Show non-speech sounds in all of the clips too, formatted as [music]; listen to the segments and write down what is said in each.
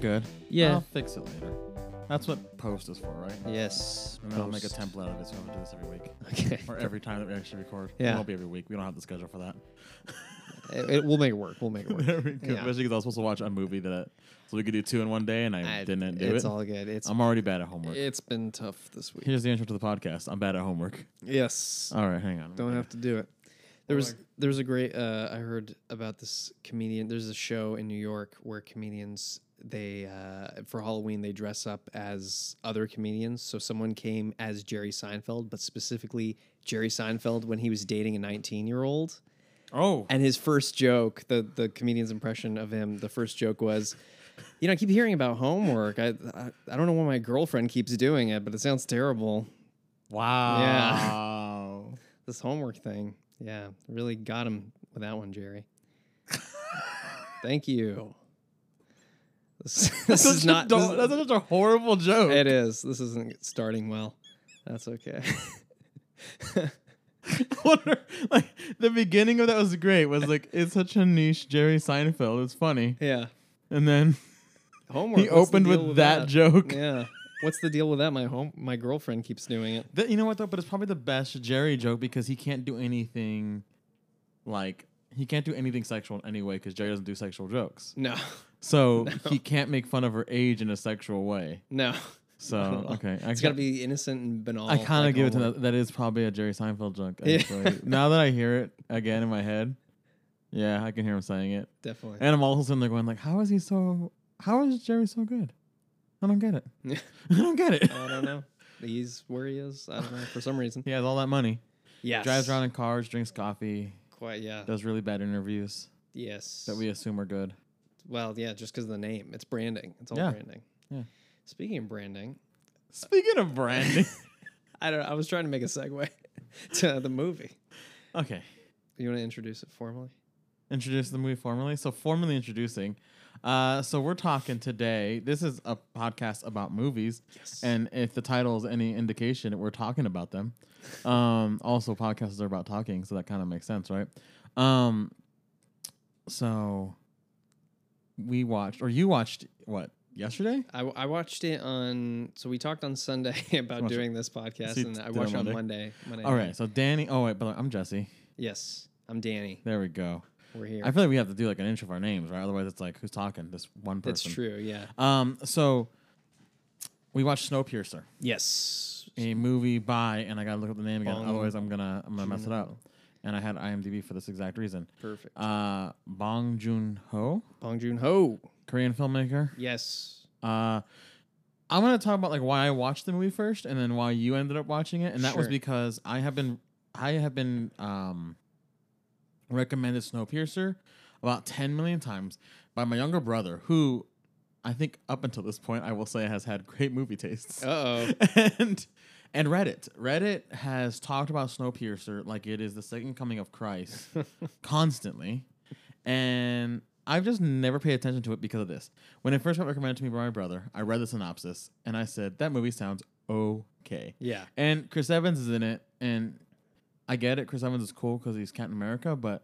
good. Yeah. I'll fix it later. That's what post is for, right? Yes. And then I'll make a post. template out of it so we don't have to do this every week. Okay. Or every time that we actually record. Yeah. It won't be every week. We don't have the schedule for that. [laughs] It- it- we'll make it work. We'll make it work. There we go. Yeah. Especially because I was supposed to watch a movie that, so we could do two in one day, and I, I- didn't do it's it. all good. It's I'm already bad at homework. [laughs] it's been tough this [laughs] week. Here's the intro to the podcast. I'm bad at homework. Yes. All right, hang on. Don't have to do it. There was Or- there was a great uh, I heard about this comedian. There's a show in New York where comedians they uh, for Halloween they dress up as other comedians. So someone came as Jerry Seinfeld, but specifically Jerry Seinfeld when he was dating a 19 year old. Oh, And his first joke, the the comedian's impression of him, the first joke was, you know, I keep hearing about homework. I I, I don't know why my girlfriend keeps doing it, but it sounds terrible. wow. [laughs] This homework thing, yeah, really got him with that one, Jerry. Thank you. This, [laughs] this is not. this- that's such a horrible joke. [laughs] it is. This isn't starting well. That's okay. [laughs] wonder, like the beginning of that was great. Was like it's such a niche Jerry Seinfeld. It's funny, yeah, and then homework. he what's the opened deal with that, joke. Yeah. What's the deal with that? My home, my girlfriend keeps doing it. That- you know what though? But it's probably [laughs] the best Jerry joke because he can't do anything, like he can't do anything sexual in any way because Jerry doesn't do sexual jokes. No, [laughs] So he can't make fun of her age in a sexual way. no. So [laughs] Not at all. okay, I [laughs] It's got to ca- be innocent and banal. I kind like of give it to homework. that. That is probably a Jerry Seinfeld [laughs] joke. Yeah. Actually, now that I hear it again in my head, yeah, I can hear him saying it. Definitely. [laughs] And I'm also sitting there going like, how is he so? How is Jerry so good? I don't get it. [laughs] I don't get it. I don't know. He's where he is. I don't know for some reason. [laughs] he has all that money. Yes. Drives around in cars, drinks coffee, Quite yeah. does really bad interviews Yes. that we assume are good. Well, yeah, just because of the name, it's branding. It's all Yeah. branding. Yeah. Speaking of branding, Speaking of [laughs] branding, I don't. I was trying to make a segue [laughs] to the movie. okay. You want to introduce it formally? introduce the movie formally. So formally introducing. Uh, so we're talking today. This is a podcast about movies, Yes. and if the title is any indication, we're talking about them. Um, also, podcasts are about talking, so that kind of makes sense, right? Um, so we watched, or you watched, what yesterday? I, I watched it on. So we talked on Sunday [laughs] about Watch it. doing this podcast, See, and I did it watched it on on Monday. Monday All night. right. So Danny. Oh wait, but I'm Jesse. Yes, I'm Danny. There we go. We're here. I feel like we have to do like an inch of our names, right? Otherwise, it's like who's talking? This one person. That's true. Yeah. Um, so we watched Snowpiercer, Yes. a movie by, and I gotta look up the name again. Bong Otherwise, I'm gonna I'm gonna mess it up. And I had IMDb for this exact reason. Perfect. Uh, Bong Joon Ho, Bong Joon Ho. Korean filmmaker. Yes. Uh, I'm gonna talk about like why I watched the movie first, and then why you ended up watching it, and that was Sure. because I have been I have been um recommended Snowpiercer about 10 million times by my younger brother, who I think up until this point I will say has had great movie tastes. Uh oh. [laughs] and and Reddit. Reddit has talked about Snowpiercer like it is the second coming of [laughs] Christ constantly. And I've just never paid attention to it because of this. When it first got recommended to me by my brother, I read the synopsis and I said, that movie sounds okay. Yeah. And Chris Evans is in it. And I get it. Chris Evans is cool because he's Captain America, but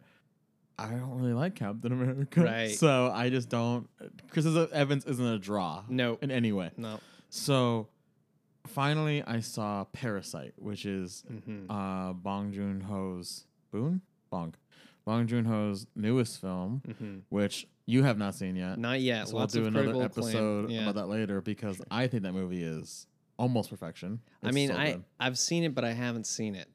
I don't really like Captain America. Right. So I just don't. Chris Evans isn't a draw No. in any way. No. So finally, I saw Parasite, which is Mm-hmm. uh, Bong Joon Ho's Boon Bong Bong Joon Ho's newest film, Mm-hmm. which you have not seen yet. Not yet. so Lots we'll do of another critical episode acclaim. Yeah. about that later because I think that movie is almost perfection. I It's mean, so I good. I've seen it, but I haven't seen it.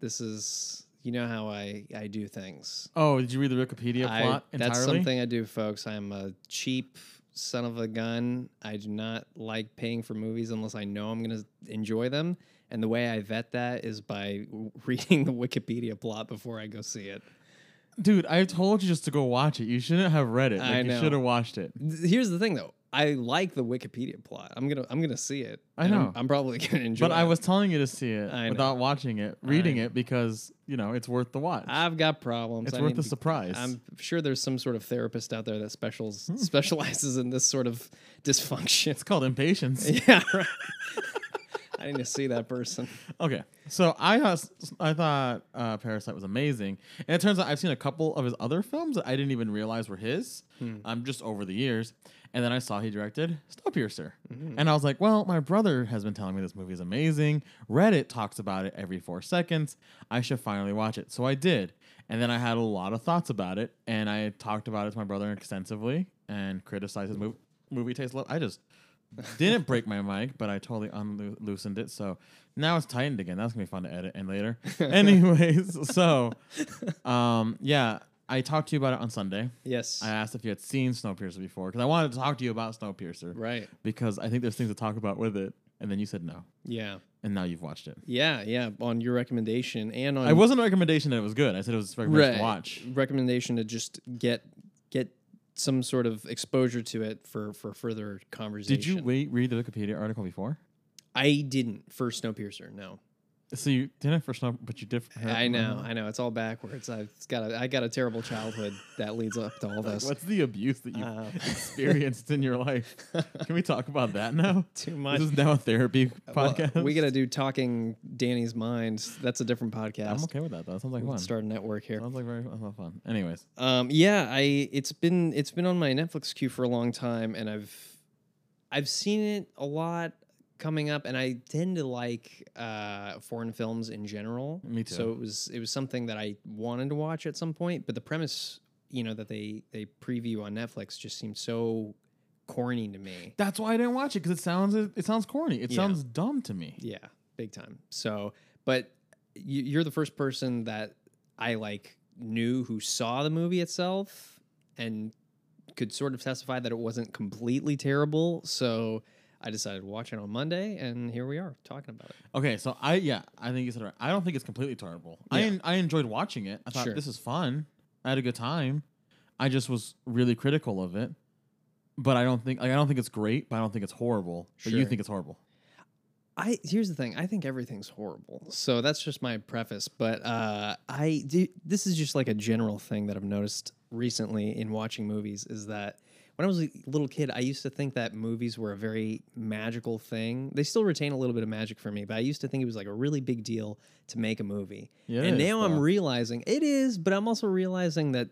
This is you know how I I do things. oh, did you read the Wikipedia I- plot entirely? that's something I do, folks. I'm a cheap son of a gun. I do not like paying for movies unless I know I'm going to enjoy them. And the way I vet that is by [laughs] w- reading the Wikipedia plot before I go see it. Dude, I told you just to go watch it. You shouldn't have read it. Like, I You know. should have watched it. Th- Here's the thing, though. I like the Wikipedia plot. I'm gonna I'm gonna see it. I and I'm- know. I'm, probably [laughs] gonna enjoy. But I it. was telling you to see it I know. without watching it, reading know. it because you know it's worth the watch. I've got problems. it's I worth need the to- surprise. Hmm. I'm sure there's some sort of therapist out there that specials specializes in this sort of dysfunction. [laughs] It's called impatience. Yeah, right. I need to see that person. Okay, so I thought I thought uh, Parasite was amazing, and it turns out I've seen a couple of his other films that I didn't even realize were his. Um, just over the years, and then I saw he directed Snowpiercer, and I was like, "Well, my brother has been telling me this movie is amazing. Reddit talks about it every four seconds. I should finally watch it." So I did, and then I had a lot of thoughts about it, and I talked about it to my brother extensively and criticized his movie movie taste. Lo- I just didn't break my mic, but I totally unloosened it. So now it's tightened again. That's gonna be fun to edit and [laughs] later. Anyways, so um, yeah, I talked to you about it on Sunday. Yes. I asked if you had seen Snowpiercer before because I wanted to talk to you about Snowpiercer right. because I think there's things to talk about with it, and then you said no, Yeah. and now you've watched it. Yeah. Yeah. On your recommendation and on It wasn't a recommendation that it was good. I said it was a recommendation right, to watch. recommendation to just get get some sort of exposure to it for for further conversation. Did you wait, read the Wikipedia article before? I didn't for Snowpiercer. No. So you didn't for Snow, but you did. For I know. I know. It's all backwards. I've got a I got a terrible childhood that leads up to all Like, this. what's the abuse that you have Uh, [laughs] experienced in your life? Can we talk about that now? [laughs] too much. This is now a therapy [laughs] Well, podcast. we gotta do talking Danny's mind. That's a different [laughs] I'm podcast. okay with that though. That sounds like We'll fun. Start a network here. Sounds like very that sounds fun. Anyways, Um, yeah, I it's been it's been on my Netflix queue for a long time, and I've I've seen it a lot coming up, and I tend to like uh, foreign films in general. Me too. So it was it was something that I wanted to watch at some point, but the premise, you know, that they they preview on Netflix just seemed so corny to me. that's why I didn't watch it because it sounds it sounds corny. It Yeah. sounds dumb to me. Yeah, big time. So, but you, you're the first person that I like knew who saw the movie itself and could sort of testify that it wasn't completely terrible. So I decided to watch it on Monday, and here we are talking about it. Okay, so I yeah, I think you said it right. I don't think it's completely terrible. I Yeah. en- I enjoyed watching it. I thought Sure. this is fun. I had a good time. I just was really critical of it, but I don't think like, I don't think it's great. But I don't think it's horrible. But you Sure. think it's horrible. I here's the thing. I think everything's horrible. So that's just my preface. But uh, I do, this is just like a general thing that I've noticed recently in watching movies is that when I was a little kid, I used to think that movies were a very magical thing. They still retain a little bit of magic for me, but I used to think it was like a really big deal to make a movie. Yeah, it and is, now I'm though. realizing it is, but I'm also realizing that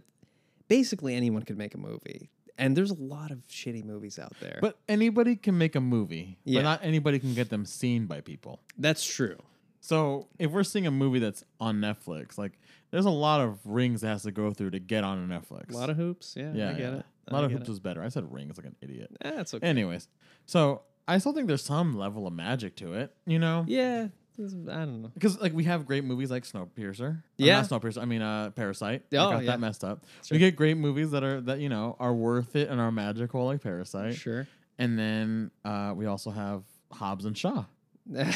basically anyone could make a movie. And there's a lot of shitty movies out there. But anybody can make a movie. Yeah. But not anybody can get them seen by people. that's true. So if we're seeing a movie that's on Netflix, like there's a lot of rings that has to go through to get on Netflix. A lot of hoops. Yeah, yeah, I get yeah. it. A lot I of get hoops it. was better. I said rings like an idiot. Eh, That's okay. Anyways, so I still think there's some level of magic to it, you know? Yeah, this- I don't know. Because like we have great movies like Snowpiercer, Or Yeah. not Snowpiercer. I mean, uh, Parasite. Oh, I got yeah. that messed up. Sure. We get great movies that are that you know are worth it and are magical, like Parasite. Sure. And then uh, we also have Hobbs and Shaw. [laughs] yeah,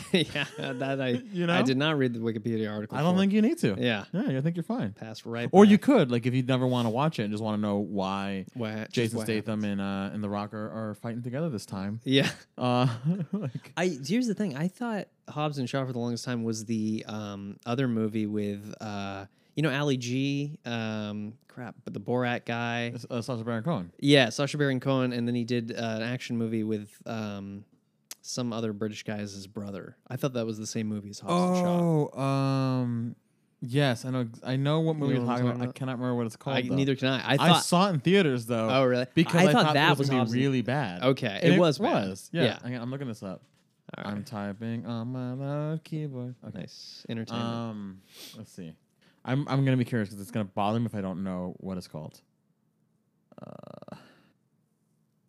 that I [laughs] You know? I did not read the Wikipedia article. I don't for. think you need to. Yeah, yeah, I think you're fine. pass right. Or by. you could like if you never want to watch it and just want to know why Wha- just Jason what Statham happens. and uh, and The Rock are, are fighting together this time. Yeah, Uh, [laughs] like I here's the thing. I thought Hobbs and Shaw for the longest time was the um, other movie with uh, you know Ali G. Um, crap, but the Borat guy. uh, Sacha Baron Cohen. Yeah, Sasha Baron Cohen, and then he did uh, an action movie with um, some other British guy as his brother. I thought that was the same movie as Hobbs and Shaw. Oh, um, yes, I know. ex- I know what movie know you're what I'm talking about. talking I about? cannot remember what it's called. I, though. neither can I. I I, thought saw it in theaters though. Oh, really? Because I I, thought that it was, was gonna Hobbs be and- really bad. Okay, And it was bad. was. Yeah. Yeah. Hang on, I'm looking this up. All I'm typing on my loud keyboard. Okay. nice entertainment. Um, let's see. I'm I'm gonna be curious because it's gonna bother me if I don't know what it's called.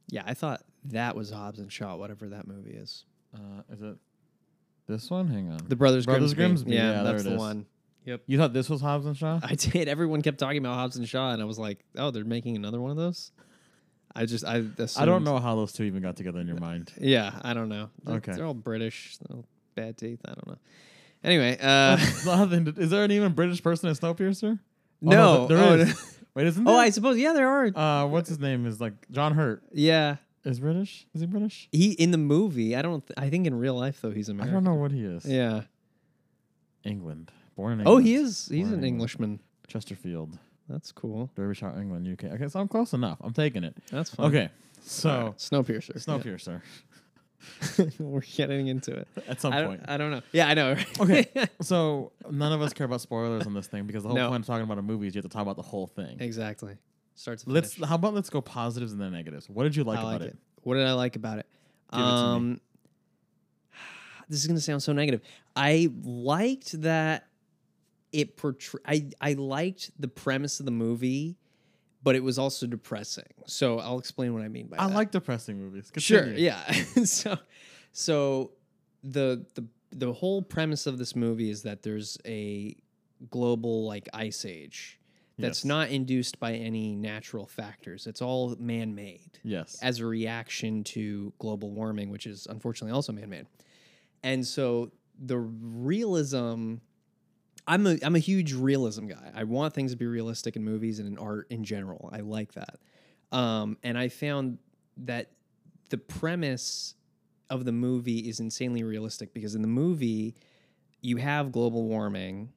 yeah, I thought that was Hobbs and Shaw, whatever that movie is. Uh, is it this one? Hang on. The Brothers, Brothers Grimsby. Grimsby, Yeah, yeah, there that's it the is. one. [laughs] Yep. you thought this was Hobbs and Shaw? I did. Everyone kept talking about Hobbs and Shaw, and I was like, oh, they're making another one of those. I just I I don't assumed- Uh, know how those two even got together in your mind. [laughs] Yeah, I don't know. They're, Okay. they're all British. they're all bad teeth. I don't know. Anyway, [laughs] [laughs] uh, [laughs] Nothing to- is there an even British person in Snowpiercer? no. Oh, there oh, is. no. Wait, isn't [laughs] Oh, there? I suppose. Yeah, there are. Uh, what's his name is like John Hurt yeah, is British. Is he British? he in the movie. I don't. Th- I think in real life though, he's American. I don't know what he is. Yeah. England, born in England. Oh, he is. He's Or an anyone. Englishman. Chesterfield, That's cool. Derbyshire, England, UK. Okay, so I'm close enough. I'm taking it. That's fine. Okay, so Snowpiercer. Snowpiercer. [laughs] We're getting into it. [laughs] at some I point. don't, I don't know. Yeah, I know. right? Okay. so none of us care about spoilers on this thing because the whole No. point of talking about a movie is you have to talk about the whole thing. [laughs] exactly. Start to Let's. finish. How about let's go positives and then negatives. What did you like I about like it? it. What did I like about it? Give it to me. um, [sighs] this is gonna sound so negative. I liked that it portray. I I liked the premise of the movie, but it was also depressing. So I'll explain what I mean by I that. like depressing movies. Uh, Sure. Continue. Yeah. [laughs] so, so the the the whole premise of this movie is that there's a global like ice age that's Yes. not induced by any natural factors. It's all man made Yes. as a reaction to global warming, which is unfortunately also man made. And so the realism. I'm a I'm a huge realism guy. I want things to be realistic in movies and in art in general. I like that. Um, and I found that the premise of the movie is insanely realistic because in the movie you have global warming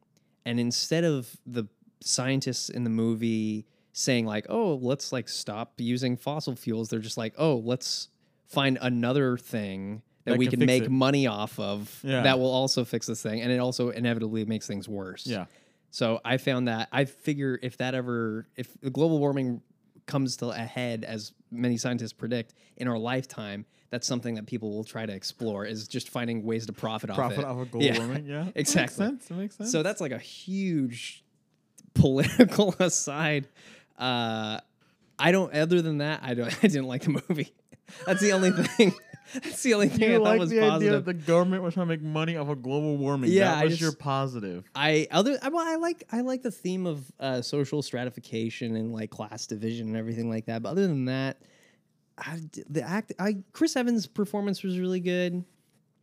and instead of the scientists in the movie saying like oh let's like stop using fossil fuels they're just like oh let's find another thing that, That we can can, fix make it." money off of Yeah. that will also fix this thing and it also inevitably makes things worse Yeah. so I found that I figure if that ever, if the global warming comes to a head, as many scientists predict, in our lifetime, that's something that people will try to explore is just finding ways to profit, Profit off off of gold Yeah. [laughs] warming. Yeah. It Exactly. Makes sense. It makes it. sense. So that's like a huge [laughs] political [laughs] aside. Uh, I don't. Other than that, I don't. [laughs] I didn't like the movie. That's the only thing. [laughs] That's the only thing you I thought like was the idea positive. that the government was trying to make money off of global warming. Yeah, That I was just- your positive. I other I, well, I like I like the theme of uh, social stratification and like class division and everything like that. But other than that, I, d- the act I Chris Evans' performance was really good.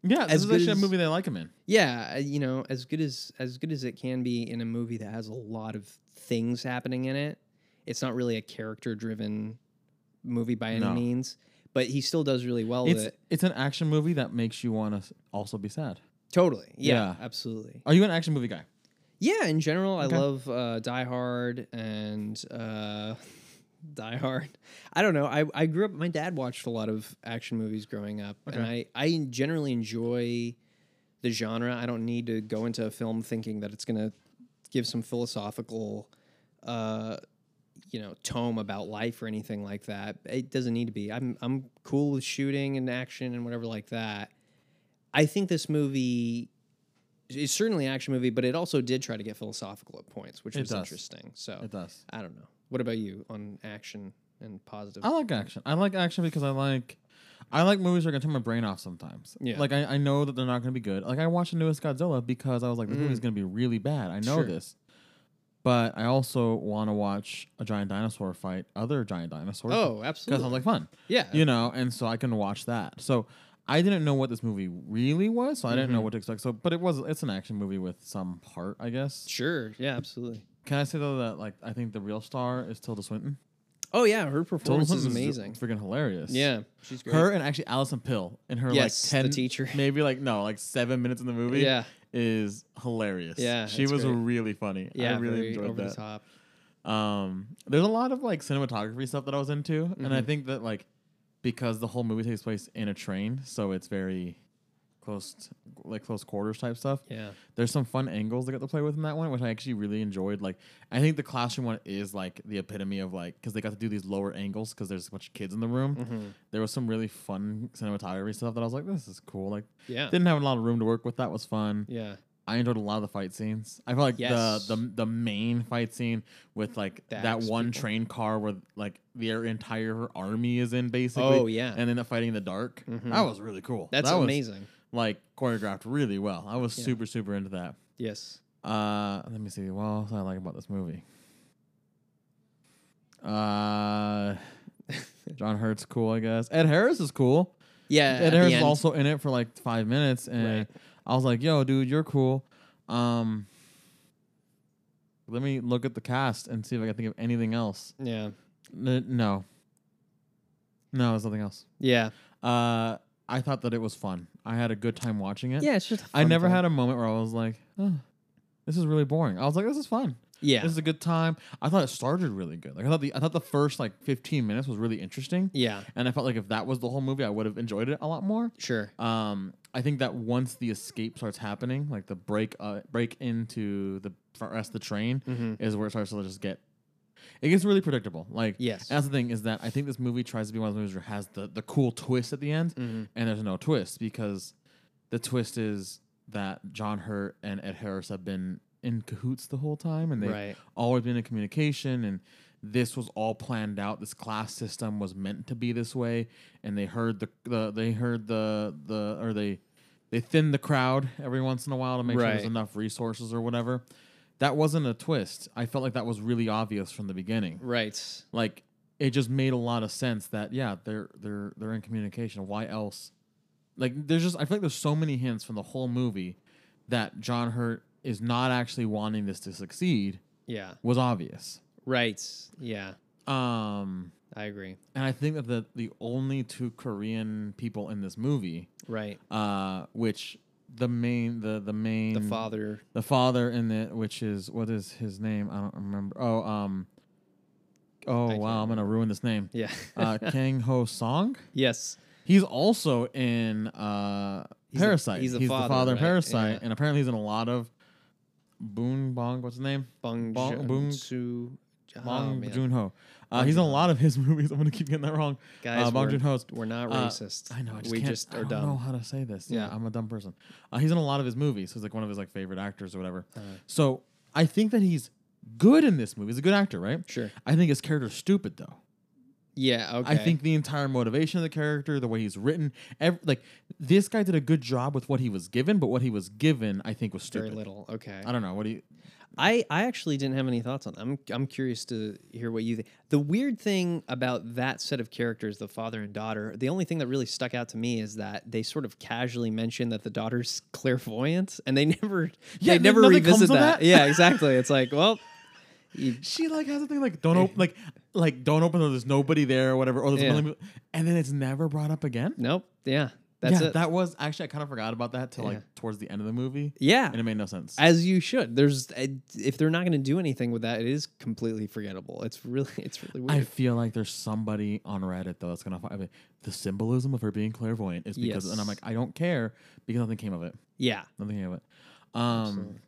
Yeah. This As is good actually a as- movie they like him in. Yeah, I- you know, as good as as good as it can be in a movie that has a lot of things happening in it. It's not really a character driven movie by any No. means, but he still does really well with It's it. it's an action movie that makes you want to also be sad. Totally. Yeah. Yeah, absolutely. Are you an action movie guy? Yeah, in general, Okay. I love uh, Die Hard and uh, [laughs] Die Hard. I don't know. I, I grew up. My dad watched a lot of action movies growing up, and I I generally enjoy the genre. I don't need to go into a film thinking that it's gonna give some philosophical, uh, you know, tome about life or anything like that. It doesn't need to be. I'm I'm cool with shooting and action and whatever like that. I think this movie is certainly an action movie, but it also did try to get philosophical at points, which It was does. interesting. So It does. I don't know. What about you on action and positive? I like action. I like action because I like I like movies that are gonna turn my brain off sometimes. Yeah. Like I, I know that they're not gonna be good. Like I watched the newest Godzilla because I was like, this movie's gonna be really bad. I know Mm. Sure. this. But I also wanna watch a giant dinosaur fight other giant dinosaurs. oh, Because absolutely. sounds like fun. yeah. You know, and so I can watch that. So I didn't know what this movie really was, so I didn't Mm-hmm. know what to expect. So but it was it's an action movie with some heart, I guess. sure. Yeah, absolutely. Can I say though that like I think the real star is Tilda Swinton? Oh yeah, her Tilda performance is Swinton amazing. Freaking hilarious. Yeah, she's great. Her and actually Allison Pill in her Yes, the like ten teacher. [laughs] maybe like no, like seven minutes in the movie. Yeah. is hilarious. Yeah, she it's was great. really funny. yeah, I really very enjoyed over that. the top. Um, there's a lot of like cinematography stuff that I was into, and I think that like because the whole movie takes place in a train, so it's very close, t- like close quarters type stuff. Yeah. There's some fun angles they got to play with in that one, which I actually really enjoyed. Like, I think the classroom one is like the epitome of like because they got to do these lower angles because there's a bunch of kids in the room. There was some really fun cinematography stuff that I was like, this is cool. Like, Yeah. didn't have a lot of room to work with. That was fun. yeah. I enjoyed a lot of the fight scenes. I felt like Yes. the, the the main fight scene with like The that axe one people. train car where like their entire army is in basically. Oh, yeah. Mm-hmm. and then the fighting in the dark. That was really cool. That's that was, amazing. like choreographed really well. I was super super into that. Yes. Uh, let me see. What else I like about this movie? [laughs] Uh, John Hurt's cool, I guess. Ed Harris is cool. Yeah. at Ed the Harris was end. also in it for like five minutes, and Right. I was like, "Yo, dude, you're cool." Um, let me look at the cast and see if I can think of anything else. Yeah. N- no, no, there's nothing else. Yeah. Uh, I thought that it was fun. I had a good time watching it. Yeah. It's just. I never had a moment where I was like, oh, "This is really boring." I was like, "This is fun." Yeah. This is a good time. I thought it started really good. Like I thought the I thought the first like 15 minutes was really interesting. Yeah. And I felt like if that was the whole movie, I would have enjoyed it a lot more. Sure. Um, I think that once the escape starts happening, like the break uh, break into the fr- rest of the train, Mm-hmm. is where it starts to just get. It gets really predictable. Like Yes. that's the thing is that I think this movie tries to be one of those movies where it has the the cool twist at the end, Mm-hmm. and there's no twist because the twist is that John Hurt and Ed Harris have been in cahoots the whole time, and they've Right. always been in communication and this was all planned out this class system was meant to be this way and they heard the, the they heard the the or they they thinned the crowd every once in a while to make sure Right. there's enough resources or whatever that wasn't a twist i felt like that was really obvious from the beginning Right. like it just made a lot of sense that yeah they're they're they're in communication why else like there's just i feel like there's so many hints from the whole movie that john hurt is not actually wanting this to succeed Yeah. was obvious. Right. Yeah. Um, I agree. and I think that the, the only two Korean people in this movie, Right. uh, which the main the the main The father. the father in it, which is what is his name? I don't remember. Oh, um, oh can't wow, I'm gonna ruin this name. Yeah. Uh, Kang Ho Song. [laughs] yes. He's also in uh, He's the- Parasite. he's the father, in right? Parasite, Yeah. and apparently he's in a lot of Boon Bong. What's his name? Bong Bong- Bong- Joon Su. Oh, Bong man. Joon Ho. Uh, he's in a lot of his [laughs] movies. I'm gonna keep getting that wrong. Guys, uh, Bong we're, Joon Ho's. we're not Uh, racist. I know. I just we can't, just I are don't know dumb. how to say this. Yeah, Yeah. I'm a dumb person. Uh, he's in a lot of his movies. He's like one of his like favorite actors or whatever. So I think that he's good in this movie. He's a good actor, right? Sure. I think his character's stupid though. Yeah. Okay. I think the entire motivation of the character, the way he's written, ev- like this guy did a good job with what he was given, but what he was given, I think, was very stupid. little. Okay. I don't know. What do you? I, I actually didn't have any thoughts on that. I'm, I'm curious to hear what you think. The weird thing about that set of characters, the father and daughter, the only thing that really stuck out to me is that they sort of casually mention that the daughter's [laughs] clairvoyant and they never Yeah, they n- never nothing revisit comes of that. that. [laughs] Yeah, exactly. It's like, well, you, she like has a thing like don't open like like don't open or there's nobody there or whatever or there's a Yeah. million people- and then it's never brought up again. nope. Yeah. That's yeah, it. that was actually I kind of forgot about that till Yeah. like towards the end of the movie, yeah. and it made no sense. As you should. There's eh, if they're not going to do anything with that, it is completely forgettable. It's really [laughs] it's really weird. I feel like there's somebody on Reddit though that's gonna find the symbolism of her being clairvoyant is because, and I'm Yes. like I don't care because nothing came of it. yeah. Nothing came of it. Um, Absolutely. but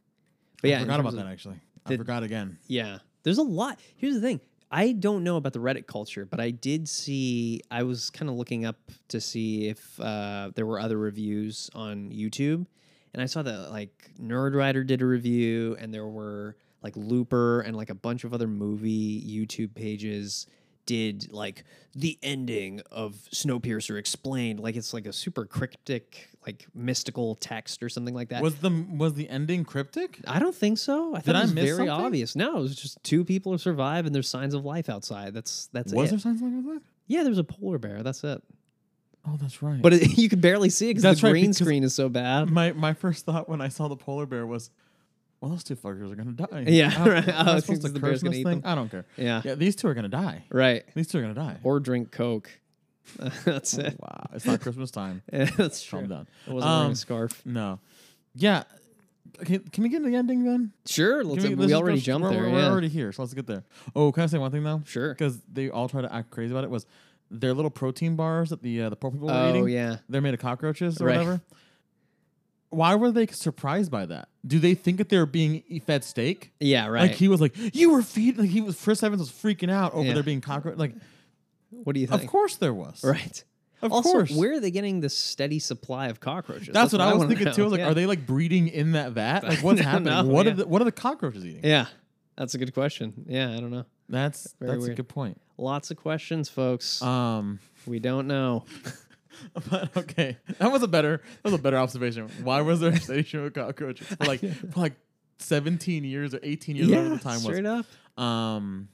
But yeah, yeah, I in forgot about terms that of actually. I the- forgot again. Yeah. There's a lot. Here's the thing. I don't know about the Reddit culture, but I did see I was kind of looking up to see if uh, there were other reviews on YouTube. And I saw that like Nerd Rider did a review and there were like Looper and like a bunch of other movie YouTube pages did like the ending of Snowpiercer explained like it's like a super cryptic like mystical text or something like that. Was the was the ending cryptic? I don't think so. I thought Did it I was miss very something? obvious. No, it was just two people who survive and there's signs of life outside. That's that's was it. there signs like that? Yeah, there's a polar bear. That's it. Oh, that's right. But it, [laughs] you could barely see it because That's the right, green because- screen is so bad. My my first thought when I saw the polar bear was, well, those two fuckers are gonna die. Yeah, How- right. am I Oh, supposed to the curse bear's in gonna this eat thing? them. I don't care. Yeah. Yeah, these two are gonna die. Right. These two are gonna die. Or drink Coke. [laughs] that's it. wow, it's not Christmas time. that's [laughs] true. Calm down. I wasn't wearing Um, a scarf. No, yeah. Okay, can we get to the ending then? Sure. Let's, Can we, let's just go already s- jumped we're, there. We're, yeah. we're already here, so let's get there. Oh, can I say one thing though? Sure. Because they all try to act crazy about it. Was their little protein bars that the uh, the poor people were oh eating? yeah. They're made of cockroaches or Right. whatever. Why were they surprised by that? Do they think that they're being e- fed steak? Yeah. Right. Like he was like, you were feeding. Like he was Chris Evans was freaking out over Yeah. there being cockroach. Like, what do you think? of course there was. Right. Of also, course. where are they getting this steady supply of cockroaches? that's, what, I was wanna thinking too. I know. was like, Yeah. are they like breeding in that vat? [laughs] Like, what's I don't happening? know, what yeah. are the what are the cockroaches eating? Yeah. That's a good question. Yeah, I don't know. That's Very that's a weird. good point. Lots of questions, folks. Um, [laughs] we don't know. but okay, that was a better that was a better observation. Why was there a station with cockroaches for [laughs] like for like seventeen years or eighteen years? whatever the time was. straight up. Um,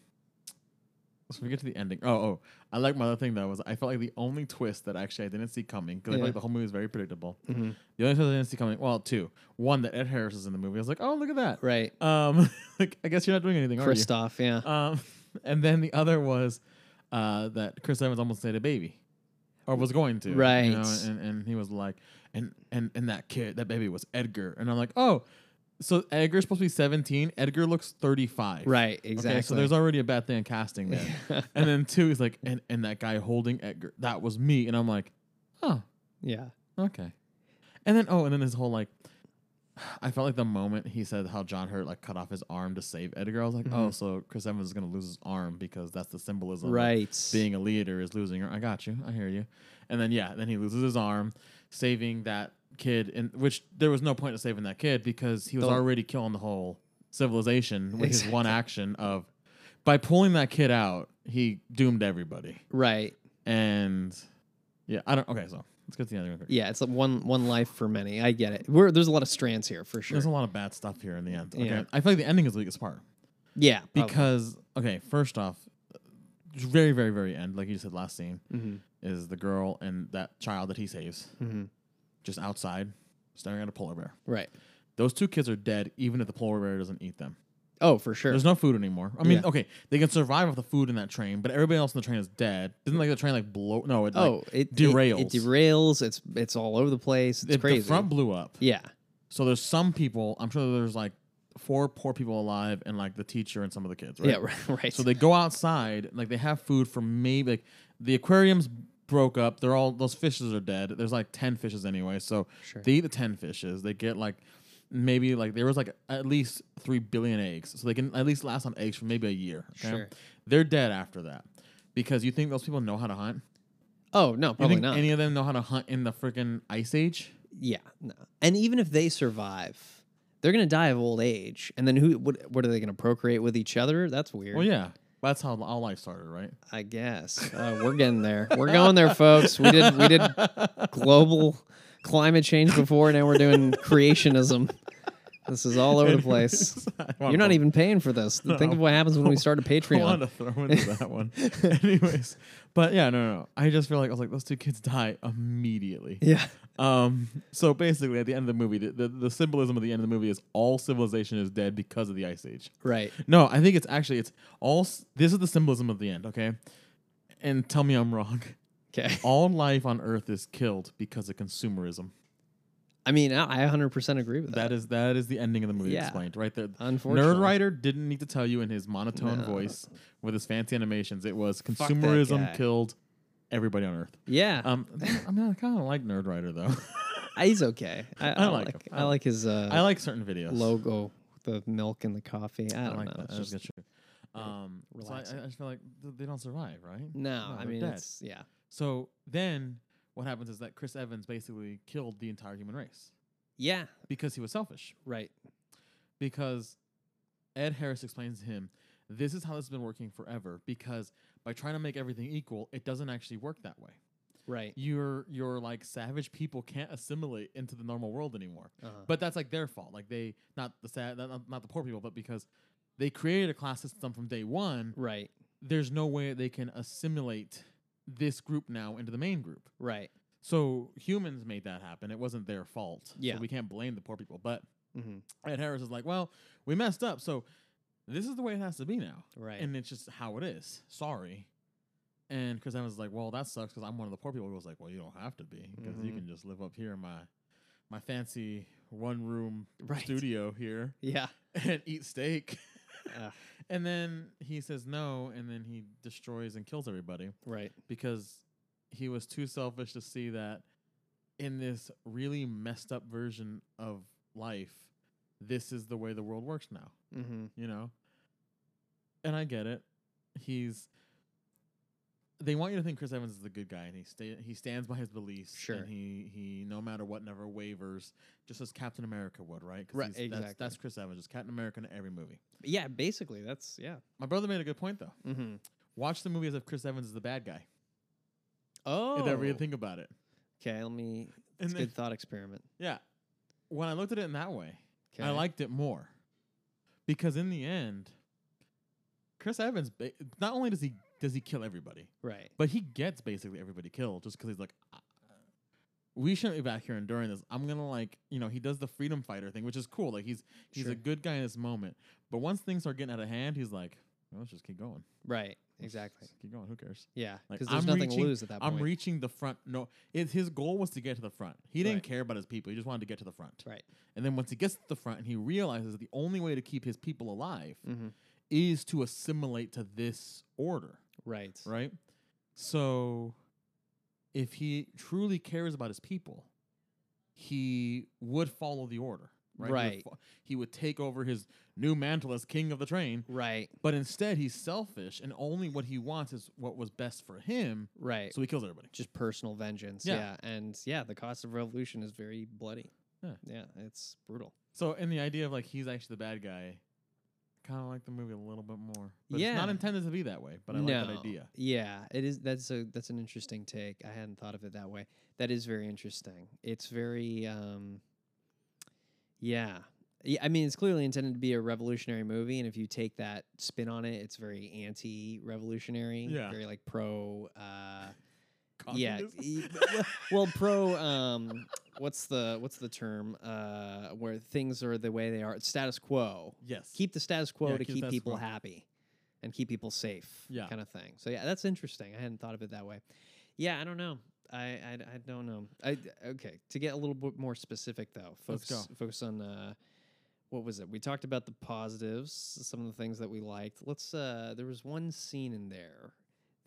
so we get to the ending. Oh, oh, I like my other thing though was I felt like the only twist that actually I didn't see coming because I feel Yeah. like the whole movie is very predictable. The only twist I didn't see coming, well, two. One that Ed Harris is in the movie. I was like, oh, look at that. Right. Um, [laughs] like I guess you're not doing anything, are Kristoff, yeah. you? Um, [laughs] and then the other was, uh, that Chris Evans almost had a baby, or was going to, you know, Right. and and he was like, and and and that kid, that baby was Edgar, and I'm like, oh. So Edgar's supposed to be 17. Edgar looks 35. Right, Okay, exactly. so there's already a bad thing in casting [laughs] there. [laughs] and then two, he's like, and, and that guy holding Edgar, that was me. And I'm like, oh, yeah. okay. And then, oh, and then his whole like, I felt like the moment he said how John Hurt like cut off his arm to save Edgar, I was like, Mm-hmm. oh, so Chris Evans is going to lose his arm because that's the symbolism. of Right. being a leader is losing her. I got you. I hear you. And then yeah, then he loses his arm, saving that kid. And which there was no point to saving that kid because he was The- already killing the whole civilization with his one Exactly. action of by pulling that kid out, he doomed everybody. right. And yeah, I don't. Okay, so let's get to the other one. Yeah, it's like one one life for many. I get it. We're, there's a lot of strands here for sure. There's a lot of bad stuff here in the end. Okay, Yeah. I feel like the ending is the weakest part. yeah. Because okay, first off, very very very end, like you said last scene, Mm-hmm, is the girl and that child that he saves mm-hmm. just outside, staring at a polar bear. Right. Those two kids are dead, even if the polar bear doesn't eat them. Oh, for sure. There's no food anymore. I mean, Yeah. okay, they can survive off the food in that train, but everybody else in the train is dead. Didn't like the train like blow? No, it like, oh, it it- It, derails. derails. It's it's all over the place. It's it- crazy. the front blew up. yeah. So there's some people. I'm sure there's like four poor people alive, and like the teacher and some of the kids. Right? Yeah. [laughs] Right. right. So they go outside, like they have food for maybe like the aquariums broke up. They're all those fishes are dead. There's like ten fishes anyway, so Sure. they eat the ten fishes. They get like maybe like there was like at least three billion eggs, so they can at least last on eggs for maybe a year. okay? Sure. They're dead after that because you think those people know how to hunt. oh no, You probably think not. any of them know how to hunt in the freaking ice age? yeah. No. And even if they survive, they're gonna die of old age. And then who? What? What are they gonna procreate with each other? That's weird. Well, yeah, that's how all life started, right? [laughs] I guess uh, we're getting there. We're going there, folks. We did we did global climate change before. Now we're doing creationism. This is all over the place. You're not even paying for this. Think of what happens when we start a I wanted Patreon. to throw into that [laughs] one. Anyways, but yeah, no, no, no. I just feel like I was like, those two kids die immediately. Yeah. Um, so basically, at the end of the movie, the, the, the symbolism at the end of the movie is all civilization is dead because of the ice age. Right. No, I think it's actually it's all. s- This is the symbolism of the end. Okay, and tell me I'm wrong. [laughs] Okay. All life on Earth is killed because of consumerism. I mean, I I 100% agree with that. That is that is the ending of the movie Uh, Yeah. explained right there. Unfortunately. Nerd Rider didn't need to tell you in his monotone No. voice with his fancy animations. It was that guy. consumerism killed everybody on Earth. Yeah. Um, [laughs] I mean, I kind of like Nerd Rider though. [laughs] He's okay. I, I like, like him. I like his uh, I like certain videos. logo, the milk and the coffee. Oh, I I don't like know. that. It's That was just- good shit. Um, so I, I relaxing. I just feel like th- they don't survive, right? no, I they're mean, dead. it's, yeah. so then what happens is that Chris Evans basically killed the entire human race Yeah. because he was selfish. Right. because Ed Harris explains to him, this is how this has been working forever because by trying to make everything equal, it doesn't actually work that way. Right. Your your like savage people can't assimilate into the normal world anymore. Uh-huh. But that's like their fault. Like they not the sad not, not the poor people, but because they created a class system from day one, Right. there's no way they can assimilate this group now into the main group. Right. So humans made that happen. It wasn't their fault. Yeah. So we can't blame the poor people. But hmm and Harris is like, well, we messed up. So this is the way it has to be now. Right. And it's just how it is. Sorry. And Chris Evans is like, well, that sucks because I'm one of the poor people. He was like, well, you don't have to be because you Mhm. can just live up here in my, my fancy one room Right. studio here [laughs] Yeah. [laughs] and eat steak. Ugh. and then he says no. And then he destroys and kills everybody Right. because he was too selfish to see that in this really messed up version of life, this is the way the world works now, Mm-hmm. you know? And I get it. He's they want you to think Chris Evans is the good guy and he stay, he stands by his beliefs Sure. and he he no matter what never wavers just as Captain America would, right? 'Cause Right, he's- exactly. That's, that's Chris Evans, just Captain America in every movie. Yeah. Basically, that's yeah. My brother made a good point though. Mm-hmm. Watch the movie as if Chris Evans is the bad guy. Oh. If ever you think about it. Okay. Let me. And It's a then- good thought experiment. Yeah. When I looked at it in that way, Okay. I liked it more. Because in the end, Chris Evans ba- not only does he does he kill everybody, Right. but he gets basically everybody killed just because he's like "I- we shouldn't be back here enduring this. I'm gonna like you know he does the freedom fighter thing, which is cool. Like he's he's Sure. a good guy in this moment, but once things start getting out of hand, he's like Well, let's just keep going. Right. Let's Exactly. just keep going. Who cares? Yeah. Like, Because there's I'm nothing reaching- to lose at that point. I'm reaching the front. No, it, his goal was to get to the front. He didn't Right. care about his people. He just wanted to get to the front. right. And then once he gets to the front and he realizes the only way to keep his people alive Mhm. is to assimilate to this order, Right. right? So if he truly cares about his people, he would follow the order, right? He would, Right. fo- he would take over his new mantle as king of the train, Right. but instead he's selfish and only what he wants is what was best for him. Right. So he kills everybody. just personal vengeance. Yeah. Yeah. And yeah, the cost of revolution is very bloody. Yeah. Yeah. It's brutal. So, and the idea of like he's actually the bad guy, kind of like the movie a little bit more. But it's not Yeah. intended to be that way, but I like that idea. Yeah, it is. That's a that's an interesting take. I hadn't thought of it that way. That is very interesting. It's very, um, yeah. Yeah, I mean, it's clearly intended to be a revolutionary movie, and if you take that spin on it, it's very anti-revolutionary. Yeah. Very like pro. Uh, yeah. Communism? e- well, pro. Um, what's the what's the term? Uh, where things are the way they are. Status quo yes. keep the status quo Yeah, to keep the keep status people quo. happy and keep people safe Yeah. kind of thing so yeah that's interesting i hadn't thought of it that way yeah i don't know i i, I don't know i okay to get a little bit more specific though Let's focus focus on uh what was it we talked about the positives some of the things that we liked let's uh there was one scene in there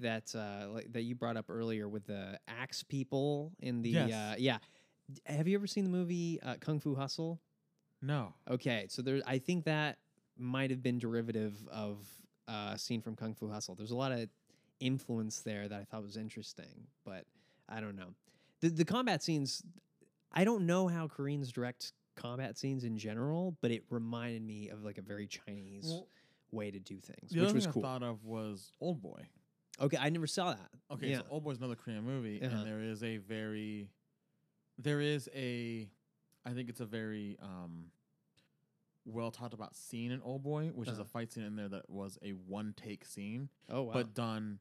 that uh like, that you brought up earlier with the axe people in the Yes. uh yeah D- have you ever seen the movie uh, kung fu hustle no. Okay, so there, I think that might have been derivative of uh, a scene from Kung Fu Hustle. There's a lot of influence there that I thought was interesting, but I don't know. The the combat scenes, I don't know how Koreans direct combat scenes in general, but it reminded me of like a very Chinese way to do things, the which other was thing I cool. thought of was Old Boy. okay, I never saw that. Okay, yeah, so Old Boy's another Korean movie, Uh-huh. and there is a very, there is a, I think it's a very um, well talked about scene in Old Boy, which is a Uh-huh. fight scene in there that was a one take scene, oh wow, but done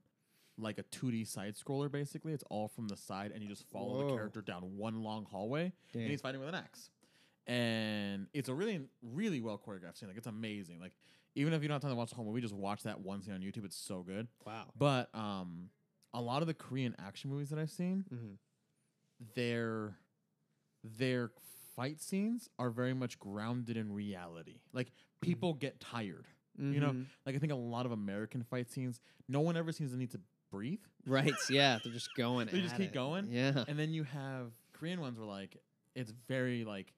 like a 2D side scroller. Basically, it's all from the side, and you just follow the Whoa. character down one long hallway. Dang. and he's fighting with an axe. And it's a really, really well choreographed scene. Like it's amazing. Like even if you don't have time to watch the whole movie, just watch that one scene on YouTube. It's so good. wow. But um, a lot of the Korean action movies that I've seen, Mhm. their their fight scenes are very much grounded in reality. Like people get tired. You know, Mhm. like I think a lot of American fight scenes, no one ever seems to need to breathe. right? Yeah, they're just going. They just at keep it. going? Yeah, And then you have Korean ones where like it's very like,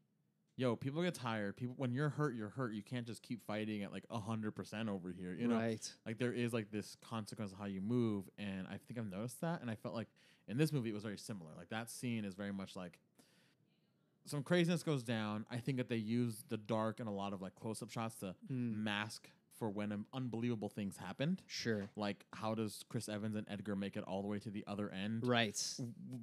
yo, people get tired. People when you're hurt, you're hurt. You can't just keep fighting at like hundred percent over here. You know, right? like there is like this consequence of how you move, and I think I've noticed that. And I felt like in this movie it was very similar. Like that scene is very much like some craziness goes down. I think that they use the dark and a lot of like close up shots to Mm. Hmm. mask for when um, unbelievable things happened. Sure. Like how does Chris Evans and Edgar make it all the way to the other end? Right.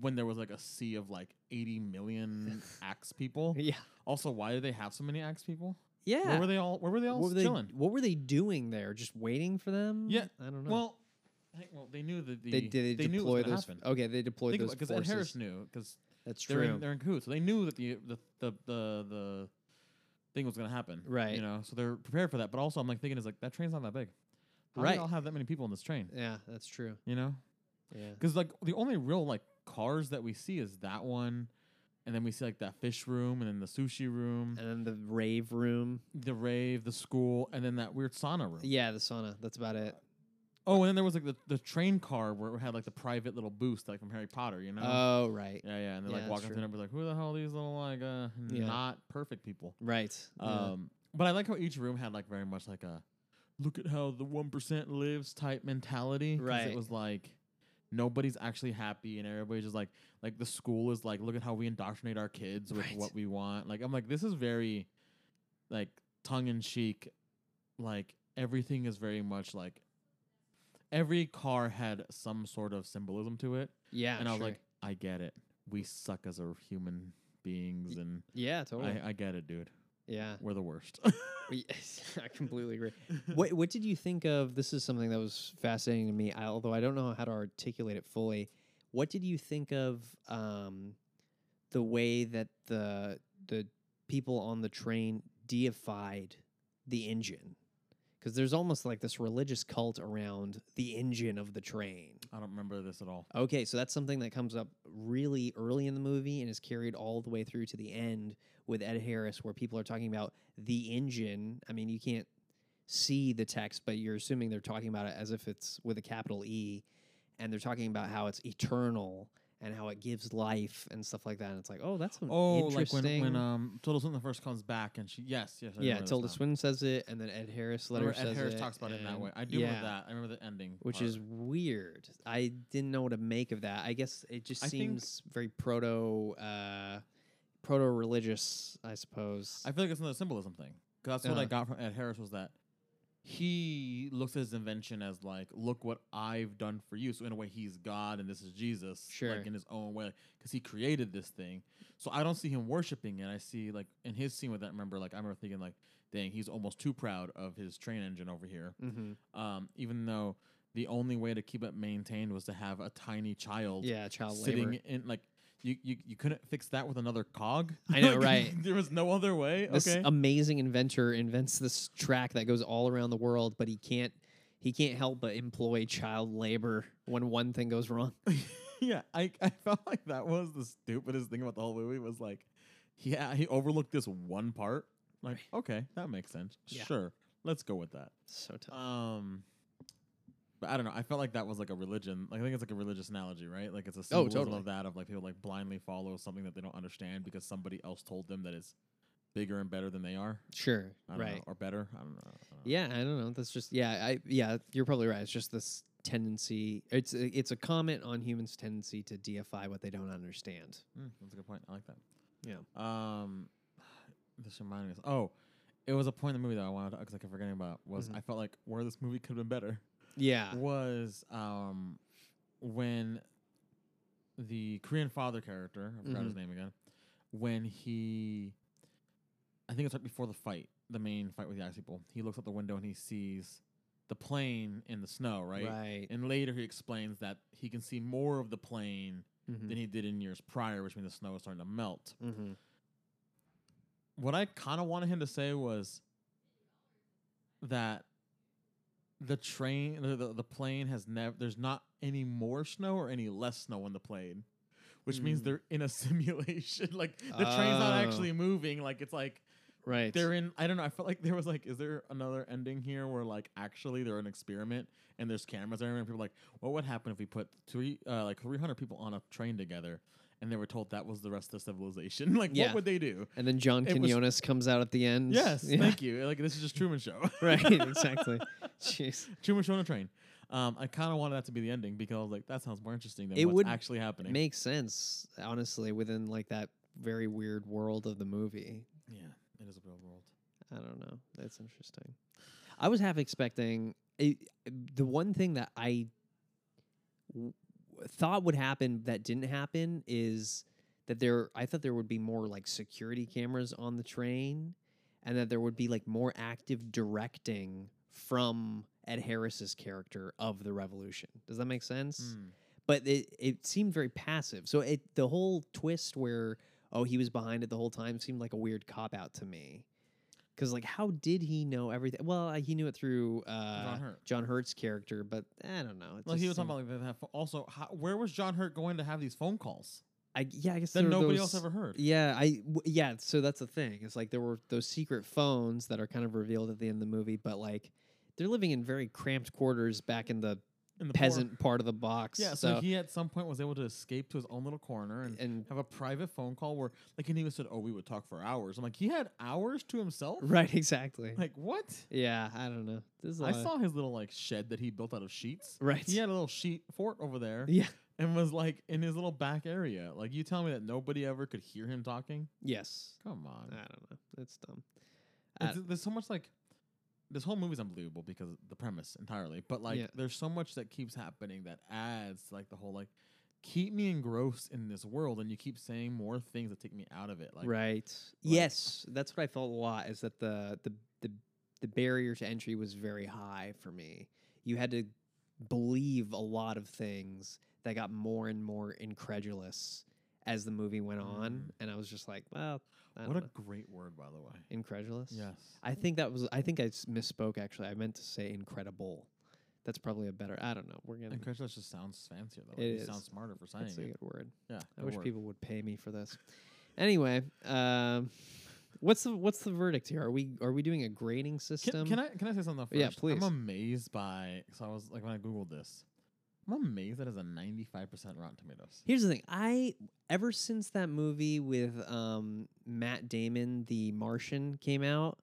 when there was like a sea of like 80 [laughs] million axe people. Yeah. Also, why do they have so many axe people? Yeah. Where were they all? Where were they all what were they, chilling? what were they doing there? Just waiting for them? Yeah. I don't know. Well, I think, well, they knew that the, they did they, knew it was deploy gonna those. happen. Okay, they deployed Think those about because Ed forces. Harris knew because That's true. they're in, they're in cahoots, so they knew that the the the the, the thing was going to happen. Right. You know, so they're prepared for that. But also, I'm like thinking is like that train's not that big. How Do Right. they all have that many people in this train. yeah, that's true. You know, Yeah. Because like the only real like cars that we see is that one, and then we see like that fish room, and then the sushi room, And then the rave room. the rave, the school, and then that weird sauna room. Yeah, the sauna. That's about it. Oh, and then there was like the, the train car where it had like the private little boost like from Harry Potter, you know? Oh, right. yeah, yeah. And they're yeah, like that's walking through true. and everybody's like, who the hell are these little like uh Yeah. not perfect people? Right. Yeah. Um, but I like how each room had like very much like a look at how the one percent lives type mentality. 'cause Right. It was like nobody's actually happy and everybody's just like like the school is like look at how we indoctrinate our kids with Right. what we want. Like I'm like this is very like tongue in cheek. Like everything is very much like every car had some sort of symbolism to it, yeah. and I was Ah, sure. like, I get it. We suck as a human beings, and yeah, totally. I, I get it, dude. yeah. We're the worst. [laughs] We- [laughs] I completely agree. What What did you think of? This is something that was fascinating to me. I, although I don't know how to articulate it fully. What did you think of um, the way that the the people on the train deified the engine? because there's almost like this religious cult around the engine of the train. I don't remember this at all. Okay, so that's something that comes up really early in the movie and is carried all the way through to the end with Ed Harris, where people are talking about the engine. I mean, you can't see the text, but you're assuming they're talking about it as if it's with a capital E, and they're talking about how it's eternal and how it gives life and stuff like that. And it's like, oh, that's an Oh, like interesting. when when um Tilda Swinton first comes back and she yes yes I yeah, remember this Tilda now. Swinton says it, and then Ed Harris later Remember Ed says Harris it, talks about it in that and- way. I do yeah. remember that. I remember the ending, which part. is weird. I didn't know what to make of that. I guess it just I think- seems very proto uh, proto religious, I suppose. I feel like it's another symbolism thing. 'Cause that's what Uh. I got from Ed Harris was that he looks at his invention as like, look what I've done for you. So in a way, he's God and this is Jesus, Sure. like in his own way, because he created this thing. So I don't see him worshiping it. I see like in his scene with that. Remember, like I remember thinking like, dang, he's almost too proud of his train engine over here. Mhm. Um, even though the only way to keep it maintained was to have a tiny child Yeah, child sitting uh, labor. in like. You, you, you couldn't fix that with another cog. I know, [laughs] Like, right. there was no other way. This um, okay. amazing inventor invents this track that goes all around the world, but he can't he can't help but employ child labor when one thing goes wrong. [laughs] yeah, I, I felt like that was the stupidest thing about the whole movie was like, yeah, he overlooked this one part. Like, okay, that makes sense. Yeah. Sure, let's go with that. So tough. Um, but I don't know. I felt like that was like a religion. Like, I think it's like a religious analogy, right? Like it's a symbolism Oh, totally. of that of like people like blindly follow something that they don't understand because somebody else told them that it's bigger and better than they are. sure. I don't right. know, or better. I don't know. I don't know. Yeah, I don't know. That's just yeah, I yeah, you're probably right. It's just this tendency. It's a, it's a comment on humans' tendency to deify what they don't understand. Mm, that's a good point. I like that. Yeah. Um, [sighs] this reminded me. of- Oh, it was a point in the movie that I wanted because I kept forgetting about. Was Mhm. I felt like where this movie could have been better Ah. Yeah. was um when the Korean father character I forgot his name again when he I think it's right before the fight the main fight with the ice people he looks out the window and he sees the plane in the snow right, Right. and later he explains that he can see more of the plane than he did in years prior which means the snow is starting to melt Mm-hmm. what I kind of wanted him to say was that the train, the, the, the plane has never, there's not any more snow or any less snow on the plane, which means Mm. they're in a [laughs] simulation. like the train's not Oh. actually moving. Like it's like Right. they're in, I don't know. I felt like there was like, is there another ending here where like actually they're an experiment and there's cameras everywhere and people are like, what would happen if we put three, uh, like 300 people on a train together and they were told that was the rest of civilization? [laughs] like, Yeah. what would they do? and then John It was- Quinones comes out at the end. Yes, [laughs] Yeah. thank you. Like this is just Truman Show. [laughs] right. Exactly. Jeez. [laughs] Truman Show on a train. Um, I kind of wanted that to be the ending because I was like, that sounds more interesting than It what's would actually happening. Makes sense, honestly, within like that very weird world of the movie. yeah, it is a real world. I don't know. That's interesting. I was half expecting I the one thing that I w- thought would happen that didn't happen is that there. I thought there would be more like security cameras on the train, and that there would be like more active directing from Ed Harris's character of the revolution. Does that make sense? Hmm, but it, it seemed very passive. So it the whole twist where oh he was behind it the whole time seemed like a weird cop out to me. Because like how did he know everything? Well, uh, he knew it through uh, John Hurt. John Hurt's character, but eh, I don't know. It Well, just he was seemed- talking about like, they have also how, where was John Hurt going to have these phone calls I, yeah, I guess that there were nobody else those- e ever heard? Yeah, I w- yeah. So that's the thing. It's like there were those secret phones that are kind of revealed at the end of the movie, but like they're living in very cramped quarters back in the, in the peasant poor- part of the box. Yeah, so, he at some point was able to escape to his own little corner and, [laughs] and have a private phone call where, like, and he even said, "Oh, we would talk for hours." I'm like, he had hours to himself. right [laughs] exactly. Like what? Yeah, I don't know. This is a I lot. saw his little like shed that he built out of sheets. Right. He had a little sheet fort over there. [laughs] Yeah. and was like in his little back area. Like you tell me that nobody ever could hear him talking? Yes. Come I on. don't know. That's dumb. It's- there's so much like this whole movie's unbelievable because of the premise entirely. But like Yeah. there's so much that keeps happening that adds to, like the whole like keep me engrossed in this world and you keep saying more things that take me out of it. Like right. yes, that's what I felt a lot. Is that the the the the barrier to entry was very high for me. You had to believe a lot of things that got more and more incredulous as the movie went on, and I was just like, well, I What a don't know. great word, by the way. incredulous. Yes. I think that was. I think I s- misspoke. Actually, I meant to say incredible. That's probably a better. I don't know. We're gonna. Incredulous just sounds fancier though. It It, sounds is. smarter for saying That's a it. good word. Yeah. I good wish word. people would pay me for this. Anyway, um, what's the what's the verdict here? Are we are we doing a grading Can- system? Can, I can I say something first? Yeah, please. I'm amazed by so I was like when I googled this, I'm amazed that it's a 95 percent Rotten Tomatoes. Here's the thing. I ever since that movie with um, Matt Damon, The Martian, came out,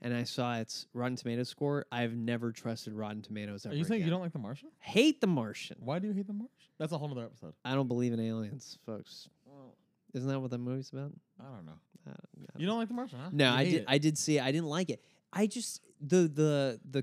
and I saw its Rotten Tomatoes score. I've never trusted Rotten Tomatoes ever. Are you Oh, saying you again. don't like The Martian? hate The Martian? Why do you hate The Martian? That's a whole nother episode. I don't believe in aliens, folks. Isn't that what that movie's about? I don't know. I don't, I You don't like The Martian, huh? No, You I hate did. it. I did see it. I didn't like it. I just the the the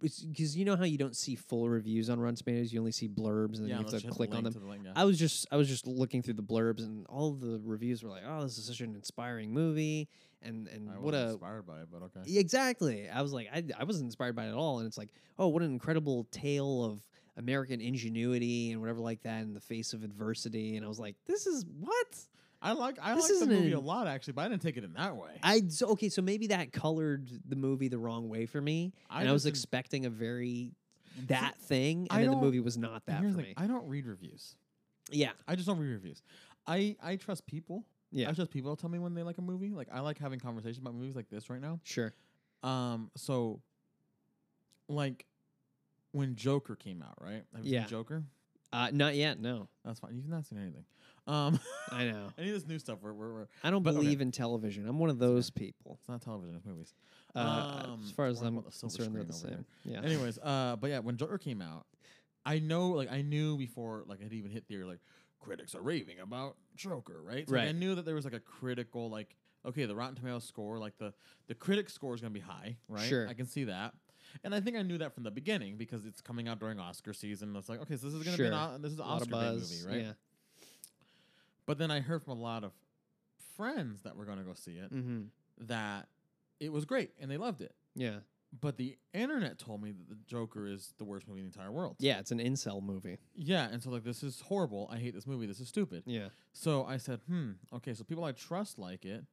because you know how you don't see full reviews on Rotten Tomatoes, you only see blurbs, and then yeah, you have let's to hit the click on link them. to the link, yeah. I was just I was just looking through the blurbs, and all the reviews were like, "Oh, this is such an inspiring movie," and and I what wasn't a inspired by it, but okay. yeah, exactly. I was like, I, I wasn't inspired by it at all. And it's like, oh, what an incredible tale of American ingenuity and whatever like that in the face of adversity. And I was like, this is what? I like I This like the isn't movie an- a lot actually, but I didn't take it in that way. I so, okay, so maybe that colored the movie the wrong way for me, I and I was just en- expecting a very [laughs] that thing, and I then the don't- movie was not that for Here's the me. thing, I don't read reviews. yeah, I just don't read reviews. I I trust people. Yeah. I trust people to tell me when they like a movie. Like I like having conversations about movies like this right now. sure. Um, so like when Joker came out, right? Have you Yeah. seen Joker? Uh, not yet. No, That's fine. You've not seen anything. Um, [laughs] I know. any of this new stuff. We're, we're, we're I don't But, okay. believe in television. I'm one of those people. it's not television. It's movies. Uh, Um, as far as what I'm about the silver concerned, they're screen the over same. Yeah. Anyways, uh, but yeah, when Joker came out, I know, like, I knew before, like, it even hit theater, like, critics are raving about Joker, right? So, like, I Right. knew that there was like a critical, like, okay, the Rotten Tomatoes score, like the the critic score is gonna be high, right? Sure. I can see that, and I think I knew that from the beginning because it's coming out during Oscar season. It's like, okay, so this is gonna be an, Sure. o- this is an a lot Oscar of bait buzz. movie, right? Yeah. But then I heard from a lot of friends that were gonna go see it Mm-hmm. that it was great and they loved it. Yeah. But the internet told me that the Joker is the worst movie in the entire world. Yeah. It's an incel movie. Yeah, and so like this is horrible. I hate this movie. This is stupid. Yeah. So I said, hmm, okay. So people I trust like it,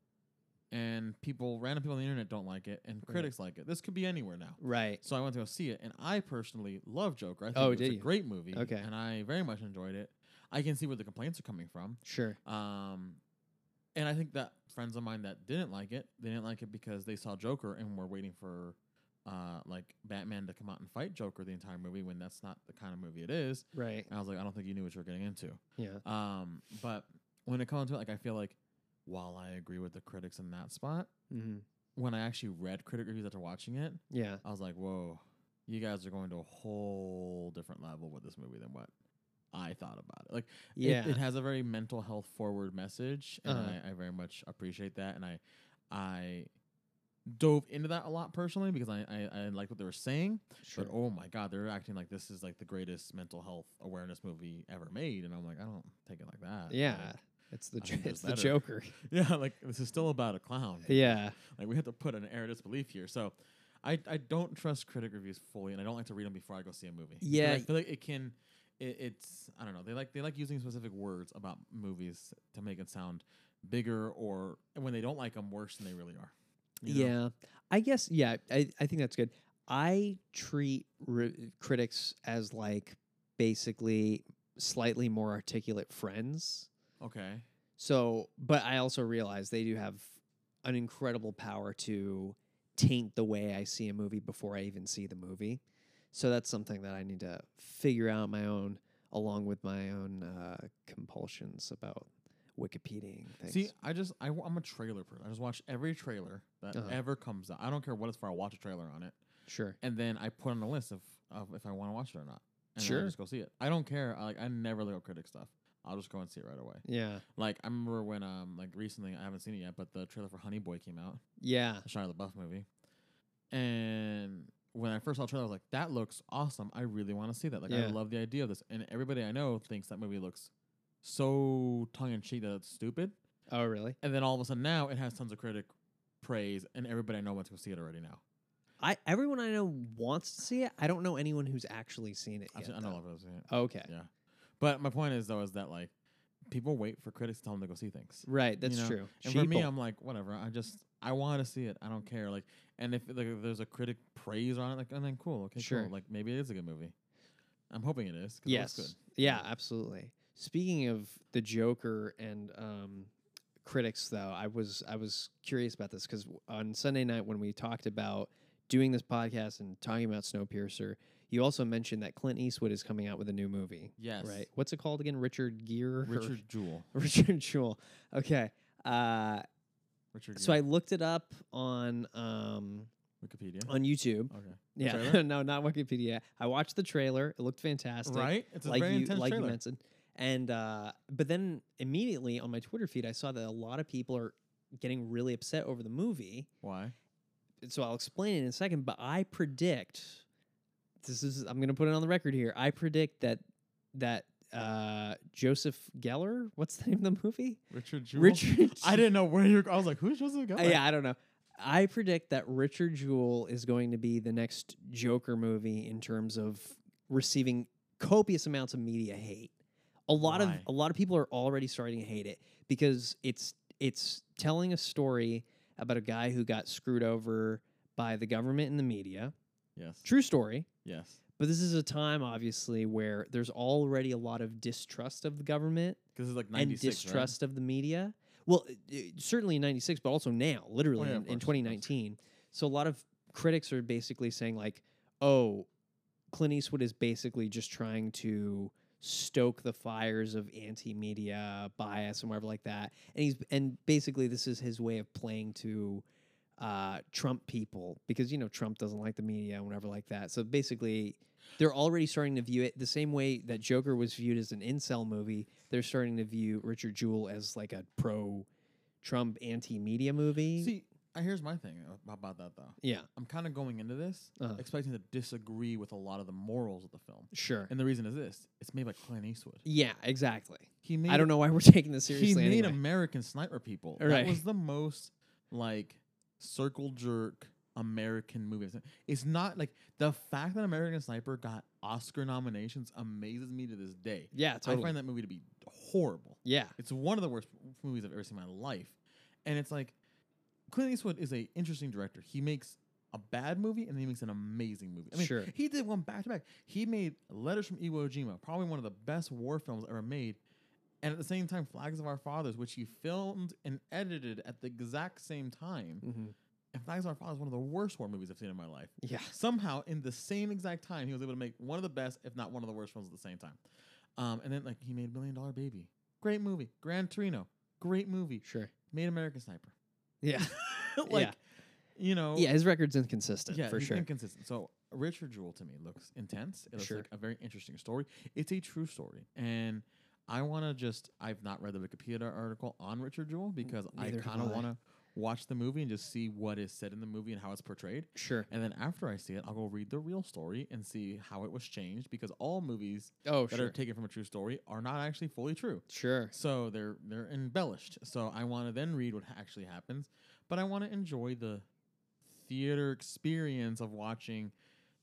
and people, random people on the internet don't like it, and critics like it. This could be anywhere now. Right. So I went to go see it, and I personally love Joker. I think Oh, it's did a you? great movie. Okay. and I very much enjoyed it. I can see where the complaints are coming from. Sure. Um, and I think that friends of mine that didn't like it, they didn't like it because they saw Joker and were waiting for, uh, like Batman to come out and fight Joker the entire movie when that's not the kind of movie it is. Right. And I was like, I don't think you knew what you were getting into. Yeah. Um, but when it comes to it, like I feel like while I agree with the critics in that spot, Mm-hmm. when I actually read critic reviews after watching it, Yeah. I was like, whoa, you guys are going to a whole different level with this movie than what I thought about it. Like it- Yeah. it, has a very mental health forward message. And Uh-huh. I, I very much appreciate that. And I I dove into that a lot personally because I, I, I like what they were saying. Sure. But oh my god, they're acting like this is like the greatest mental health awareness movie ever made, and I'm like, I don't take it like [laughs] that. yeah. It's the I jo- think it's there's the better. Joker. [laughs] Like, yeah, like this is still about a clown. yeah. like we have to put an air of disbelief here. So, I I don't trust critic reviews fully, and I don't like to read them before I go see a movie. 'Cause Yeah. I feel like it can. It, it's I don't know. They like they like using specific words about movies to make it sound bigger, or when they don't like them, worse than they really are. you know? Yeah. I guess. Yeah. I I think that's good. I treat re- critics as like basically slightly more articulate friends. Okay. So, but I also realize they do have an incredible power to taint the way I see a movie before I even see the movie. So that's something that I need to figure out on my own, along with my own uh, compulsions about Wikipedia things. See, I just I, am a trailer person. I just watch every trailer that Uh-huh. ever comes out. I don't care what it's for. I watch a trailer on it, sure, and then I put on a list of, of if I want to watch it or not. And then I Sure. just go see it. I don't care. I, like I never look at critic stuff. I'll just go and see it right away. yeah, Like I remember when um like recently I haven't seen it yet, but the trailer for Honey Boy came out, yeah, the Shia LaBeouf movie, and when I first saw the trailer, I was like, "That looks awesome! I really want to see that. Like I Yeah. love the idea of this." And everybody I know thinks that movie looks so tongue in cheek that it's stupid. oh really? And then all of a sudden now it has tons of critic praise, and everybody I know wants to go see it already now. I everyone I know wants to see it. I don't know anyone who's actually seen it. I've Yet, seen- I though. know a lot of people have seen it. Okay, Yeah. But my point is though is that like people wait for critics to tell them to go see things. Right, you that's know? true. And for me, Sheeple. I'm like, whatever. I just I want to see it. I don't care. Like, and if like if there's a critic praise on it, like, and then cool, okay, Sure. cool. Like maybe it is a good movie. I'm hoping it is. 'cause it looks yes. good. Yeah, absolutely. Speaking of the Joker and um, critics, though, I was I was curious about this because on Sunday night when we talked about doing this podcast and talking about Snowpiercer, you also mentioned that Clint Eastwood is coming out with a new movie. Yes. Right. What's it called again? Richard Gere. or- Richard Jewell. [laughs] Richard Jewell. Okay. Uh, Richard. so I Gere. looked it up on um, Wikipedia. on YouTube. okay. Yeah, Trailer? [laughs] no, not Wikipedia. I watched the trailer. It looked fantastic Right. It's a like very you intense like trailer. you mentioned. And uh, but then immediately on my Twitter feed, I saw that a lot of people are getting really upset over the movie. Why? So I'll explain it in a second. But I predict this is I'm going to put it on the record here. I predict that that uh, Joseph Geller, what's the name of the movie? Richard Jewell. Richard. I didn't know where you're. I was like, who's Joseph Uh, Gellin? yeah, I don't know. I predict that Richard Jewell is going to be the next Joker movie in terms of receiving copious amounts of media hate. A lot of Why? a lot of people are already starting to hate it because it's it's telling a story about a guy who got screwed over by the government and the media. Yes. True story. Yes. But this is a time obviously where there's already a lot of distrust of the government Because it's like and 96. right? distrust of the media. Well, i- i- certainly in 96, but also now, literally Oh, yeah, in, of in course, of course. 2019. So a lot of critics are basically saying, like, oh, Clint Eastwood is basically just trying to stoke the fires of anti-media bias and whatever like that. And he's and basically this is his way of playing to uh, Trump people because you know Trump doesn't like the media and whatever like that. So basically, they're already starting to view it the same way that Joker was viewed as an incel movie. They're starting to view Richard Jewell as like a pro-Trump anti-media movie. See, uh, here's my thing ab- about that though. yeah, I'm kind of going into this Uh-huh. expecting to disagree with a lot of the morals of the film, sure. and the reason is this: it's made by Clint Eastwood. yeah, exactly. He made. I don't know why we're taking this seriously. He made anyway. American Sniper people. Right. That was the most like circle jerk American movie. I've seen. It's not like the fact that American Sniper got Oscar nominations amazes me to this day. yeah, I totally. find that movie to be horrible. yeah, It's one of the worst movies I've ever seen in my life. And it's like Clint Eastwood is a interesting director. He makes a bad movie and then he makes an amazing movie. I mean, Sure. he did one back to back. He made Letters from Iwo Jima, probably one of the best war films ever made. And at the same time, Flags of Our Fathers, which he filmed and edited at the exact same time. Mhm. And Flags of Our Fathers is one of the worst war movies I've seen in my life yeah. somehow in the same exact time he was able to make one of the best if not one of the worst films at the same time um, and then like he made million dollar baby great movie grand torino great movie Sure. made american sniper [laughs] Yeah. like you know Yeah, his record's inconsistent yeah, for he's sure. inconsistent so richard jewell to me looks intense it looks Sure. like a very interesting story it's a true story and i want to just i've not read the wikipedia article on richard jewell because neither i have kind of I. want to watch the movie and just see what is said in the movie and how it's portrayed sure. and then after I see it, I'll go read the real story and see how it was changed because all movies Oh, that are sure. taken from a true story are not actually fully true. sure. So they're they're embellished. So I want to then read what actually happens, but I want to enjoy the theater experience of watching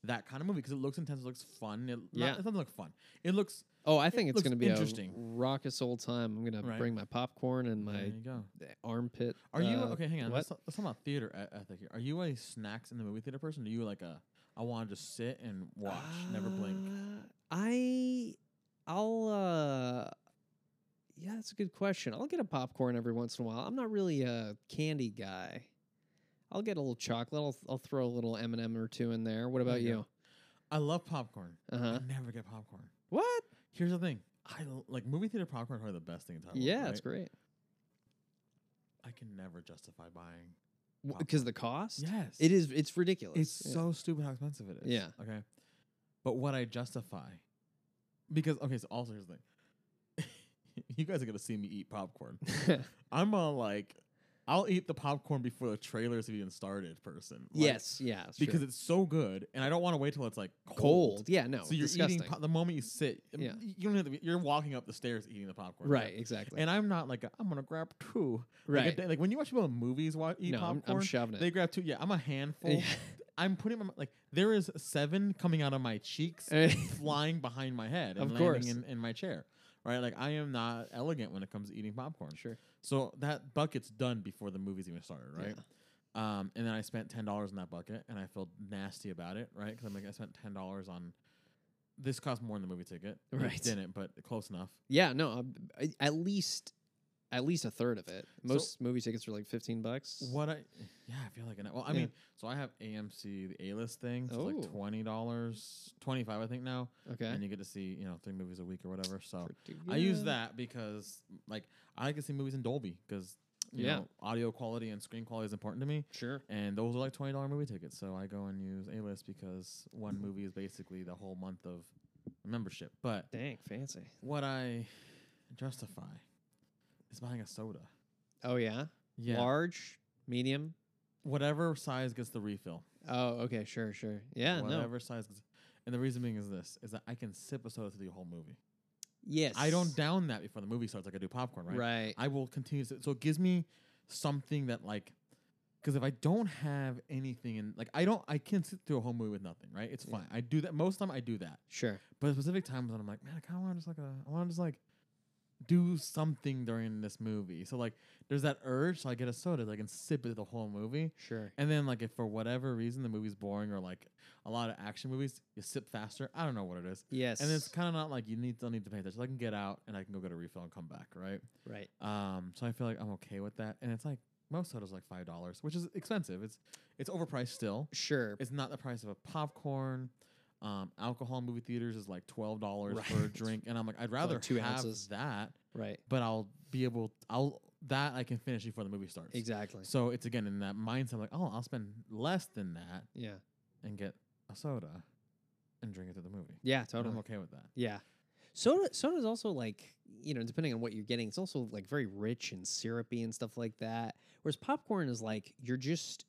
that kind of movie because it looks intense, it looks fun. It, Yeah. yeah. it doesn't look fun. It looks Oh, I think it's looks going to be interesting. a raucous old time. I'm going to Right. bring my popcorn and there my you go. armpit. Are you uh, okay? Hang on. what? Let's, let's talk about theater e- ethic here. Are you a snacks in the movie theater person? Or are you like a I want to just sit and watch, never blink? Uh, I, I'll. uh Yeah, that's a good question. I'll get a popcorn every once in a while. I'm not really a candy guy. I'll get a little chocolate. I'll, I'll throw a little M and M or two in there. What about you you? go. I love popcorn. Uh huh. I never get popcorn. What? Here's the thing. I l- like movie theater popcorn. Are probably the best thing in town. yeah, right? it's great. I can never justify buying. Because the cost. Yes, It is. It's ridiculous. It's Yeah. so stupid how expensive it is. Yeah. Okay, but what I justify, because okay, so also here's the thing. [laughs] you guys are gonna see me eat [laughs] popcorn. I'm a like, I'll eat the popcorn before the trailers have even started. Person. Like, [laughs] yes. Yeah. Because sure. it's so good, and I don't want to wait till it's like cold. Yeah. No. So you're disgusting. eating po- the moment you sit. I mean, Yeah. You don't have to. Be, you're walking up the stairs eating the popcorn. Right. Exactly. And I'm not like i am I'm gonna grab two. Like, a right. da- like when you watch people in movies wa- eat no, I'm, popcorn, I'm shoving it. [laughs] they grab two. Yeah, I'm a handful. Yeah. [laughs] I'm putting my like there is seven coming out of my cheeks, Eh, flying behind my head, and Of landing course. in, in my chair. right? Like I am not elegant when it comes to eating popcorn. Sure. So that bucket's done before the movie's even started, right? Yeah. Um, and then I spent ten dollars in that bucket, and I feel nasty about it, right? Because I'm like, I spent ten dollars on this. Cost more than the movie ticket, It Right. didn't, but close enough. Yeah, no, um, I- at least at least a third of it. Most movie tickets are like fifteen bucks. What I, yeah, I feel like an. Well, I Yeah. mean, so I have AMC the A list thing. So it's Oh. like twenty dollars, twenty five, I think now, and Okay. you get to see you know three movies a week or whatever. So Pretty I use good. that because like I like to see movies in Dolby because you Yeah. know audio quality and screen quality is important to me. Sure. And those are like twenty dollar movie tickets, so I go and use A list because one movie is basically the whole month of membership. But Dang, fancy. what I justify is buying a soda, Oh yeah? Yeah. Large, medium. whatever size gets the refill. Oh, okay, sure, sure. Yeah, no. whatever size. gets- And the reason being is this: is that I can sip a soda through the whole movie. Yes. I don't down that before the movie starts, like I do popcorn, right? Right. I will continue. To, so it gives me something that like, because if I don't have anything in, like I don't, I can sit through a whole movie with nothing, right? It's fine. I do that most of the time. I do that, Sure. but specific times when I'm like, man, I kind of want to just like, a, I want to just like. Do something during this movie. So like, there's that urge. So I get a soda. Like, I can sip it the whole movie. Sure. And then, like, if for whatever reason the movie's boring or like a lot of action movies, you sip faster. I don't know what it is. Yes. And it's kind of not like you need don't need to pay attention. I can get out and I can go get a refill and come back, right? right. Um, so I feel like I'm okay with that. And it's like most sodas are like five dollars, which is expensive. It's it's overpriced still. Sure. It's not the price of a popcorn. Um, alcohol in movie theaters is like twelve dollars for a Right. drink, and I'm like, I'd rather two have ounces. that, right. but I'll be able, I'll that I can finish before the movie starts. Exactly. So it's again in that mindset, like, oh, I'll spend less than that Yeah. and get a soda and drink it to the movie. Yeah, Totally. totally. I'm okay with that. Yeah. Soda soda's also like, you know, depending on what you're getting, it's also like very rich and syrupy and stuff like that. Whereas popcorn is like you're just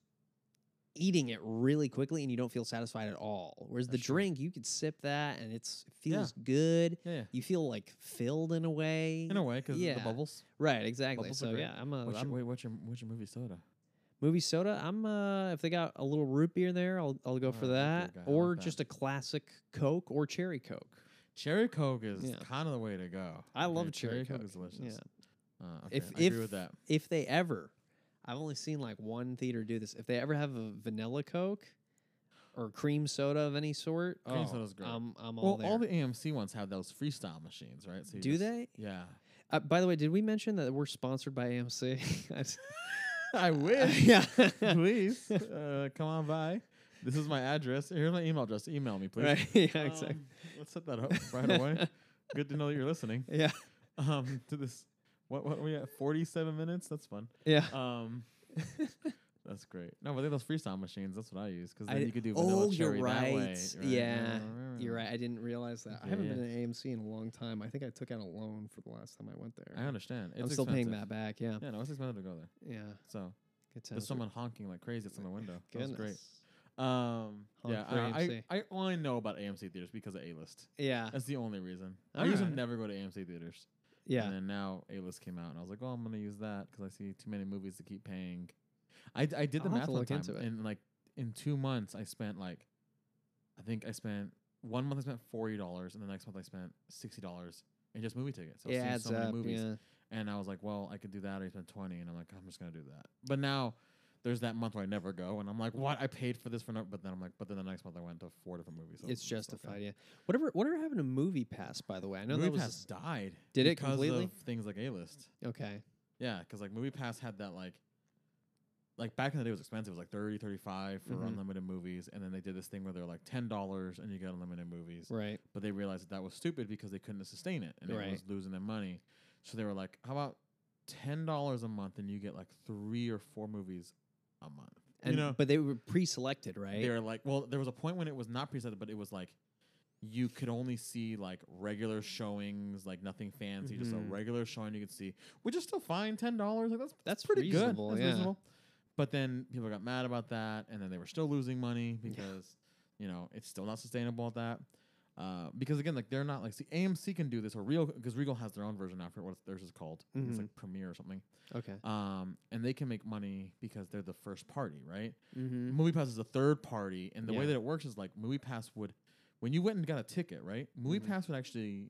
eating it really quickly and you don't feel satisfied at all. Whereas the That's true. drink, you could sip that and it's it feels good. Yeah, yeah. You feel like filled in a way. in a way, because yeah. the bubbles. Right, exactly. Bubbles are so great. yeah, I'm a What's your, I'm- wait, what's your what's your movie soda? movie soda. I'm uh if they got a little root beer there, I'll I'll go Oh, for root beer that. guy, I like Or that. just a classic Coke or cherry Coke. Cherry Coke is Yeah. kind of the way to go. I Okay, love cherry, Coke. is delicious. Yeah. Uh, okay, if I if agree with that. if they ever, I've only seen like one theater do this. If they ever have a vanilla Coke or cream soda of any sort, Cream oh, soda's great. I'm I'm Well, all there. all the AMC ones have those freestyle machines, right? So you do just- they? Yeah. [laughs] Uh, by the way, did we mention that we're sponsored by AMC? [laughs] [laughs] I s- I wish. [laughs] yeah. [laughs] please uh, come on by. This is my address. Here's my email address. Email me, please. right. [laughs] Yeah. Um, Exactly. let's set that up right [laughs] away. Good to know that you're listening. yeah. um to this what what we at 47 minutes that's fun Yeah. [laughs] um that's great no but they have those freestyle machines that's what i use because then I- you could do vanilla oh, you're cherry that right. way, right? Yeah, you're right. I didn't realize that. I haven't Yeah. been at AMC in a long time. I think I took out a loan for the last time I went there. i understand it's I'm still paying that expensive. back. Yeah. yeah no it's expensive to go there Yeah. so Good times. there's someone honking like crazy at my window that's great Goodness. um Honk yeah for I, AMC. I, I only know about amc theaters because of a-list Yeah. that's the only reason i All used to right. never go to amc theaters Yeah. And then now A list came out, and I was like, oh, I'm gonna use that because I see too many movies to keep paying. I, I did the I'll have math to one look time, into it. and like in two months, I spent like, I think I spent one month I spent forty dollars, and the next month I spent sixty dollars in just movie tickets. I was it seeing adds so many up. movies, Yeah. and I was like, well, I could do that. or I spent twenty, and I'm like, I'm just gonna do that. But now. There's that month where I never go, and I'm like, "What? I paid for this for no." But then I'm like, "But then the next month I went to four different movies." so It's okay. justified. Yeah. Whatever. Whatever happened to Movie Pass? By the way, I know that was MoviePass died. Did it because completely? of things like A List? okay. Yeah, because like MoviePass had that like, like back in the day it was expensive. It was like 30 35 for Mhm. unlimited movies, and then they did this thing where they're like ten dollars and you get unlimited movies. Right. But they realized that that was stupid because they couldn't sustain it, and Right. it was losing their money. So they were like, "How about ten dollars a month and you get like three or four movies a month?" And you know, but they were pre-selected, right? they were like, "Well, there was a point when it was not presented, but it was like." You could only see like regular showings, like nothing fancy, just a Mhm. regular showing you could see, which is still fine, ten dollars. Like that's That's pretty reasonable, good. That's yeah. reasonable. But then people got mad about that, and then they were still losing money because you know it's still not sustainable at that. Uh, because again, like they're not like see AMC can do this or Regal because Regal has their own version after what theirs is called. It's Mhm. like Premiere or something. Okay. Um, and they can make money because they're the first party, right? Mm-hmm. MoviePass is a third party, and the way Yeah. that it works is like Mm-hmm. MoviePass would, when you went and got a ticket, right? MoviePass would actually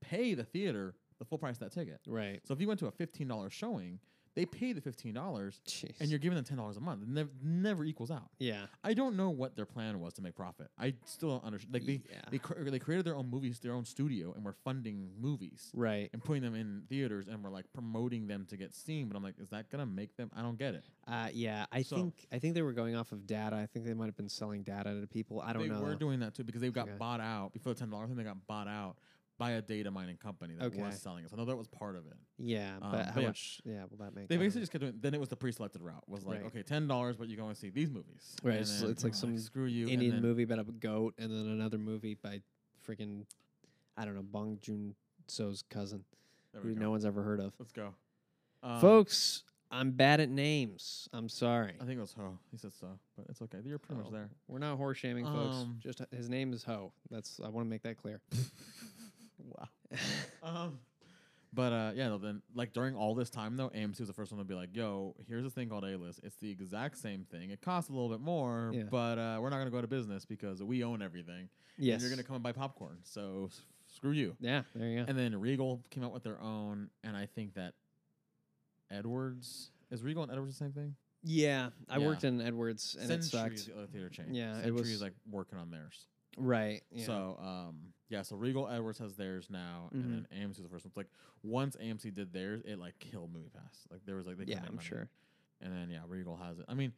pay the theater the full price of that ticket. Right. So if you went to a fifteen dollars showing, they pay the fifteen dollars, Jeez. and you're giving them ten dollars a month. It never, never equals out. yeah. I don't know what their plan was to make profit. I still don't understand. Like they, Yeah. they, cr- they created their own movies, their own studio, and were funding movies Right. and putting them in theaters, and we're like promoting them to get seen. But I'm like, is that gonna make them? I don't get it. Uh, yeah. I So- think I think they were going off of data. I think they might have been selling data to people. I don't They know. were doing that too because they got Okay. bought out before the ten dollars thing. They got bought out by a data mining company that Okay. was selling it. So I know that was part of it. yeah, Um, but how but yeah. much? Yeah. Will that make? They I don't basically just kept doing. Then it was the pre-selected route. Was like, Right. okay, ten dollars, but you go and see these movies. Right, And it's- then it's like people were some screw you and know. Indian then- movie about a goat, and then another movie by freaking I don't know Bong Joon So's cousin, There we who go. no one's ever heard of. Let's go, Um, Folks, I'm bad at names. I'm sorry. I think it was Ho. He said so, but it's okay. You're pretty Oh, much [laughs] there. We're not horse shaming, folks. Um, Just uh, his name is Ho. That's I want to make that clear. [laughs] wow. um, but uh, yeah, no, then like during all this time though, AMC was the first one to be like, "Yo, here's this thing called A List. It's the exact same thing. It costs a little bit more, Yeah. but uh, we're not gonna go out of business because we own everything. [laughs] Yes. and you're gonna come and buy popcorn. So s- screw you." yeah. There you go. And then Regal came out with their own, and I think that Edwards is Regal and Edwards the same thing. yeah, I Yeah. worked in Edwards and Century it is sucked. the other theater chain. Yeah, it Century was- is like working on theirs. Right. Yeah. So um yeah, so Regal Edwards has theirs now, and Mm-hmm. then AMC was the first one. It's like once AMC did theirs, it like killed Movie Pass. Like there was like they couldn't yeah, make I'm money. sure. And then yeah, Regal has it. I mean,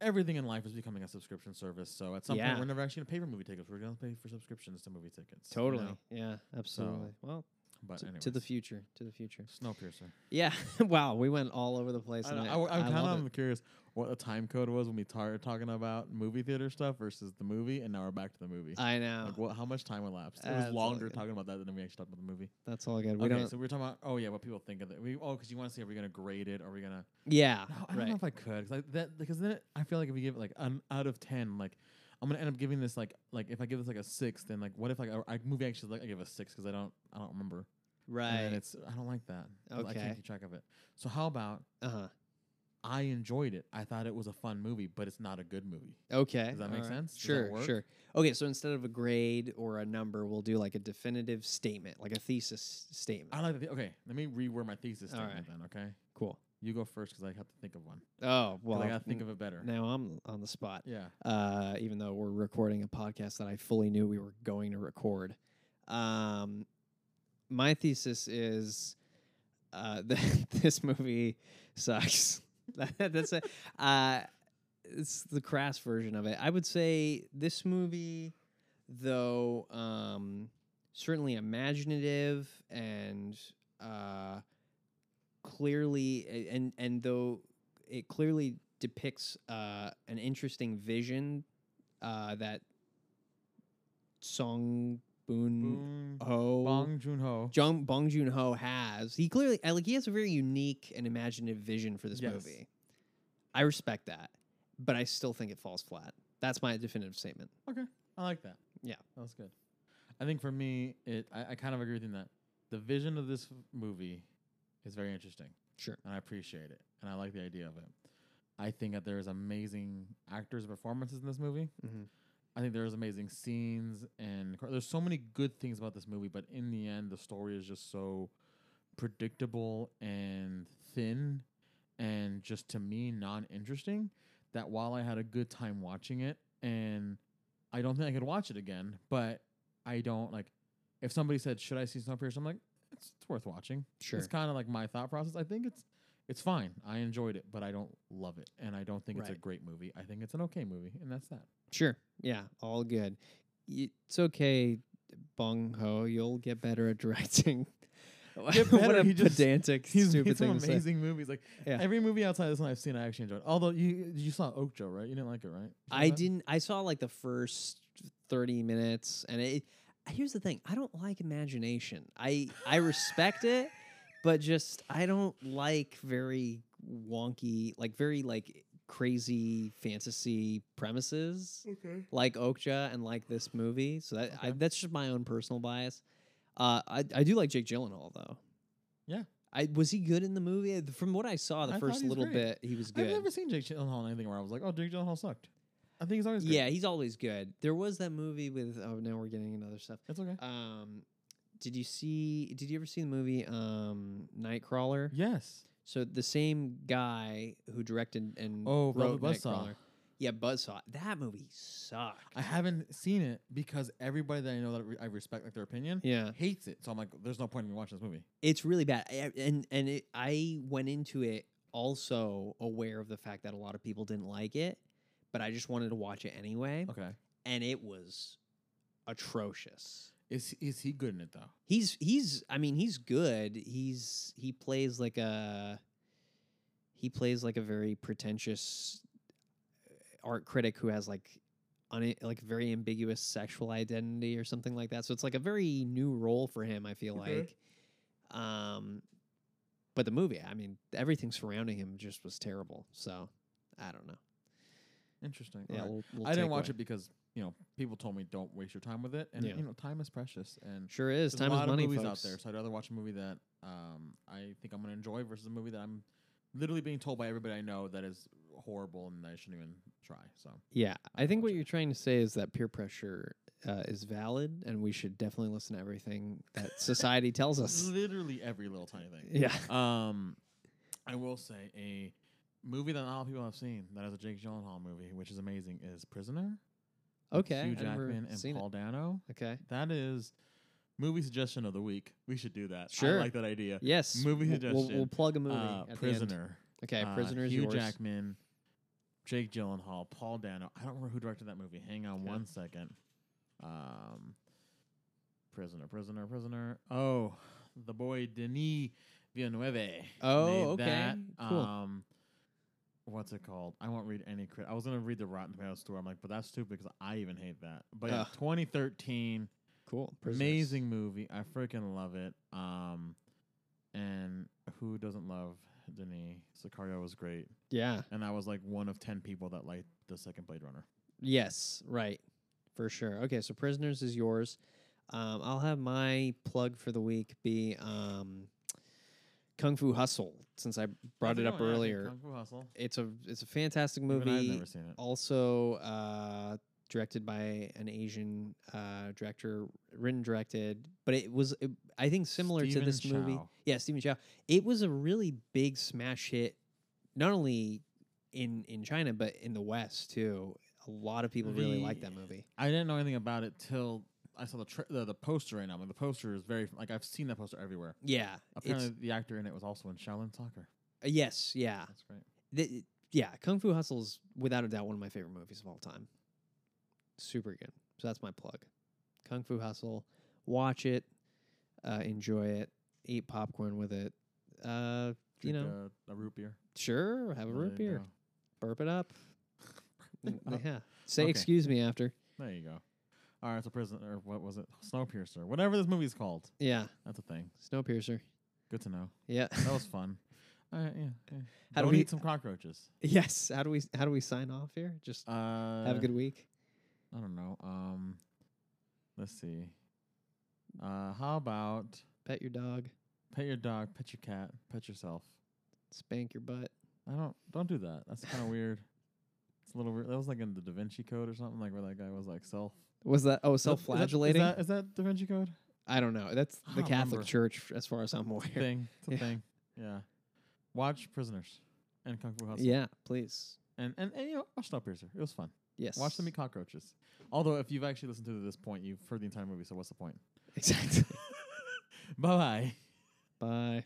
everything in life is becoming a subscription service. So at some Yeah. point, we're never actually gonna pay for movie tickets. We're gonna pay for subscriptions to movie tickets. you Totally. know? Yeah. Absolutely. well, But to- anyway, to the future. To the future. Snowpiercer. Yeah. [laughs] wow. We went all over the place. I and don't I, know, I, I am love kind it. of curious what the time code was when we started talking about movie theater stuff versus the movie, and now we're back to the movie. I know. like, what, how much time elapsed? It Uh, it's all was longer good. talking about that than we actually talked about the movie. That's all good. We okay, don't. so we were talking about oh yeah, what people think of it. We oh because you want to see are we gonna grade it? Are we gonna? yeah. No, I don't know right. if I could because that because then I feel like if you give it like an out of ten, like I'm gonna end up giving this like like if I give this like a six, then like what if like I, I movie actually like I give a six because I don't I don't remember. And then Right. it's I don't like that. I Okay. can't keep track of it. So how about Uh huh. I enjoyed it. I thought it was a fun movie, but it's not a good movie. Okay. Does that make alright. sense? Does that Sure, work? sure. Okay, so instead of a grade or a number, we'll do like a definitive statement, like a thesis statement. I like the okay. Let me reword my thesis All statement then. Okay, cool. you go first because I have to think of one. 'Cause Oh, well, I gotta think n- of it better. now I'm on the spot. Yeah. Uh, even though we're recording a podcast that I fully knew we were going to record. Um, my thesis is uh, [laughs] that this movie sucks. [laughs] That- That's it. Uh, it's the crass version of it. I would say this movie, though, um, certainly imaginative and uh, clearly, a- and and though it clearly depicts uh, an interesting vision uh, that Song Boon Boom. Ho Bong Joon Ho. Jung, Bong Joon Ho has. He clearly I- like he has a very unique and imaginative vision for this Yes. movie. I respect that, but I still think it falls flat. That's my definitive statement. Okay, I like that. Yeah. that was good. I think for me, it I, I kind of agree with you in that the vision of this movie is very interesting, Sure. and I appreciate it, and I like the idea of it. I think that there is amazing actors' and performances in this movie. I think there's amazing scenes and cor- there's so many good things about this movie, but in the end, the story is just so predictable and thin and just to me non interesting that while I had a good time watching it and I don't think I could watch it again, but I don't like if somebody said, Should I see Snowpiercer? I'm like, it's, it's worth watching. Sure. It's kind of like my thought process. I think it's it's fine. I enjoyed it, but I don't love it. And I don't think it's a Right. great movie. I think it's an okay movie, and that's that. Sure. Yeah. All good. Y- It's okay, Bong Ho. You'll get better at directing. [laughs] Get [laughs] what better, a he just- pedantic, He's stupid made some thing to say. amazing movies. Like Yeah. every movie outside of this one I've seen, I actually enjoyed. Although you you saw Oakjo, right? You didn't like it, right? You saw I that? didn't. I saw like the first thirty minutes, and it. Here's the thing: I don't like imagination. I I respect it, but just I don't like very wonky, like very like crazy fantasy [laughs] premises, okay. like Okja and like this movie. So that I, Okay. that's just my own personal bias. Uh, I I do like Jake Gyllenhaal though. Yeah. I was he good in the movie? From what I saw, I the thought first he was little great. bit he was I've good. never seen Jake Gyllenhaal in anything where I was like, oh, Jake Gyllenhaal sucked. I think he's always great. Yeah, he's always good. There was that movie with oh now we're getting another stuff. that's okay. Um Did you see? Did you ever see the movie um, Nightcrawler? Yes. So the same guy who directed and Oh, wrote Velvet Buzzsaw. Nightcrawler. Yeah, Buzzsaw. That movie sucked. I haven't seen it because everybody that I know that re- I respect like their opinion yeah, hates it. So I'm like, there's no point in me watching this movie. it's really bad. I- And and it, I went into it also aware of the fact that a lot of people didn't like it, but I just wanted to watch it anyway, Okay. and it was atrocious. Is is he good in it though? He's he's I mean he's good. He's he plays like a he plays like a very pretentious uh, art critic who has like un, like very ambiguous sexual identity or something like that. So it's like a very new role for him, I feel Okay. like. Um but the movie, I mean, everything surrounding him just was terrible. So I don't know. Interesting. Yeah, Alright. little- little I didn't takeaway. watch it because you know people told me don't waste your time with it, and Yeah. you know time is precious, and Sure is. there's Time a lot is money, of movies folks. out there. So I'd rather watch a movie that um, I think I'm gonna enjoy versus a movie that I'm literally being told by everybody I know that is horrible and I shouldn't even try. So Yeah, I don't think what watch it. you're trying to say is that peer pressure uh, is valid, and we should definitely listen to everything that society tells [laughs] us. literally every little tiny thing. Yeah, Um, I will say a movie that not a lot of people have seen that is a Jake Gyllenhaal movie, which is amazing, is Prisoner. with Okay, Hugh I've never Jackman and seen it. Paul Dano. Okay. That is movie suggestion of the week. We should do that. Sure. I like that idea. Yes. Movie we'll- We'll, suggestion. we'll plug a movie. Uh, at the end. Prisoner. Okay, Uh, prisoner is Hugh yours. Jackman, Jake Gyllenhaal, Paul Dano. I don't remember who directed that movie. Hang on Okay. one second. Um, prisoner, prisoner, prisoner. Oh, the boy Denis Villeneuve. Oh, made okay, That. cool. Um, what's it called? I won't read any crit. I was gonna read the Rotten Tomatoes store. I'm like, but that's stupid because I even hate that. But yeah, Ugh. 2013, Cool. amazing movie. I freaking love it. Um, and who doesn't love Denis? Sicario was great, Yeah. and I was like one of ten people that liked the second Blade Runner. Yes. Right. For sure. Okay. So prisoners is yours. Um, I'll have my plug for the week be um, Kung Fu Hustle since I brought How's it up going? I think earlier. Kung Fu Hustle. It's a it's a fantastic Even I've movie. never seen it. also uh, directed by an Asian uh, director, written directed, but it was it, I think similar to this Stephen movie. Chow. Yeah, Stephen Chow. It was a really big smash hit, not only in in China but in the West too. A lot of people really like The- that movie. I didn't know anything about it till I saw the tra- the, the poster right now. Like, the poster is very like I've seen that poster everywhere. Yeah, Apparently, the actor in it was also in Shaolin Soccer. it's, yes, yeah, That's great. Th- yeah. Kung Fu Hustle is without a doubt one of my favorite movies of all time. Super good. So that's my plug. Kung Fu Hustle. Watch it, uh, enjoy it, eat popcorn with it. Uh, you Drink, know, uh, a root beer. sure, have a root There you beer, go. burp [laughs] it up. N- up. yeah, say Okay. excuse me after. There you go. All right, so prison or what was it? Snowpiercer, whatever this movie's called. Yeah, That's a thing. Snowpiercer. Good to know. Yeah. That was fun. All right, yeah. yeah. How do Don't we- eat some cockroaches? [laughs] yes. How do we how do we sign off here? Just Uh, have a good week. I don't know. Um, let's see. Uh, how about Pet your dog. pet your dog, pet your cat, pet yourself? Spank your butt. I don't don't do that. That's [laughs] kind of weird. It's a little weird. That was like in the Da Vinci Code or something, like where that guy was like self Was that oh Is that- is that- self flagellating? Is that, is that Da Vinci Code I don't know. That's I the don't Catholic remember. Church, as far as I'm aware. thing? It's a Yeah. thing. Yeah. Watch Prisoners and Kung Fu Hustle. Yeah, please. And, and and you know, watch Snowpiercer. It was fun. Yes. Watch [laughs] them eat cockroaches. Although, if you've actually listened to this point, [laughs] you've heard the entire movie. So what's the point? Exactly. Bye bye. Bye.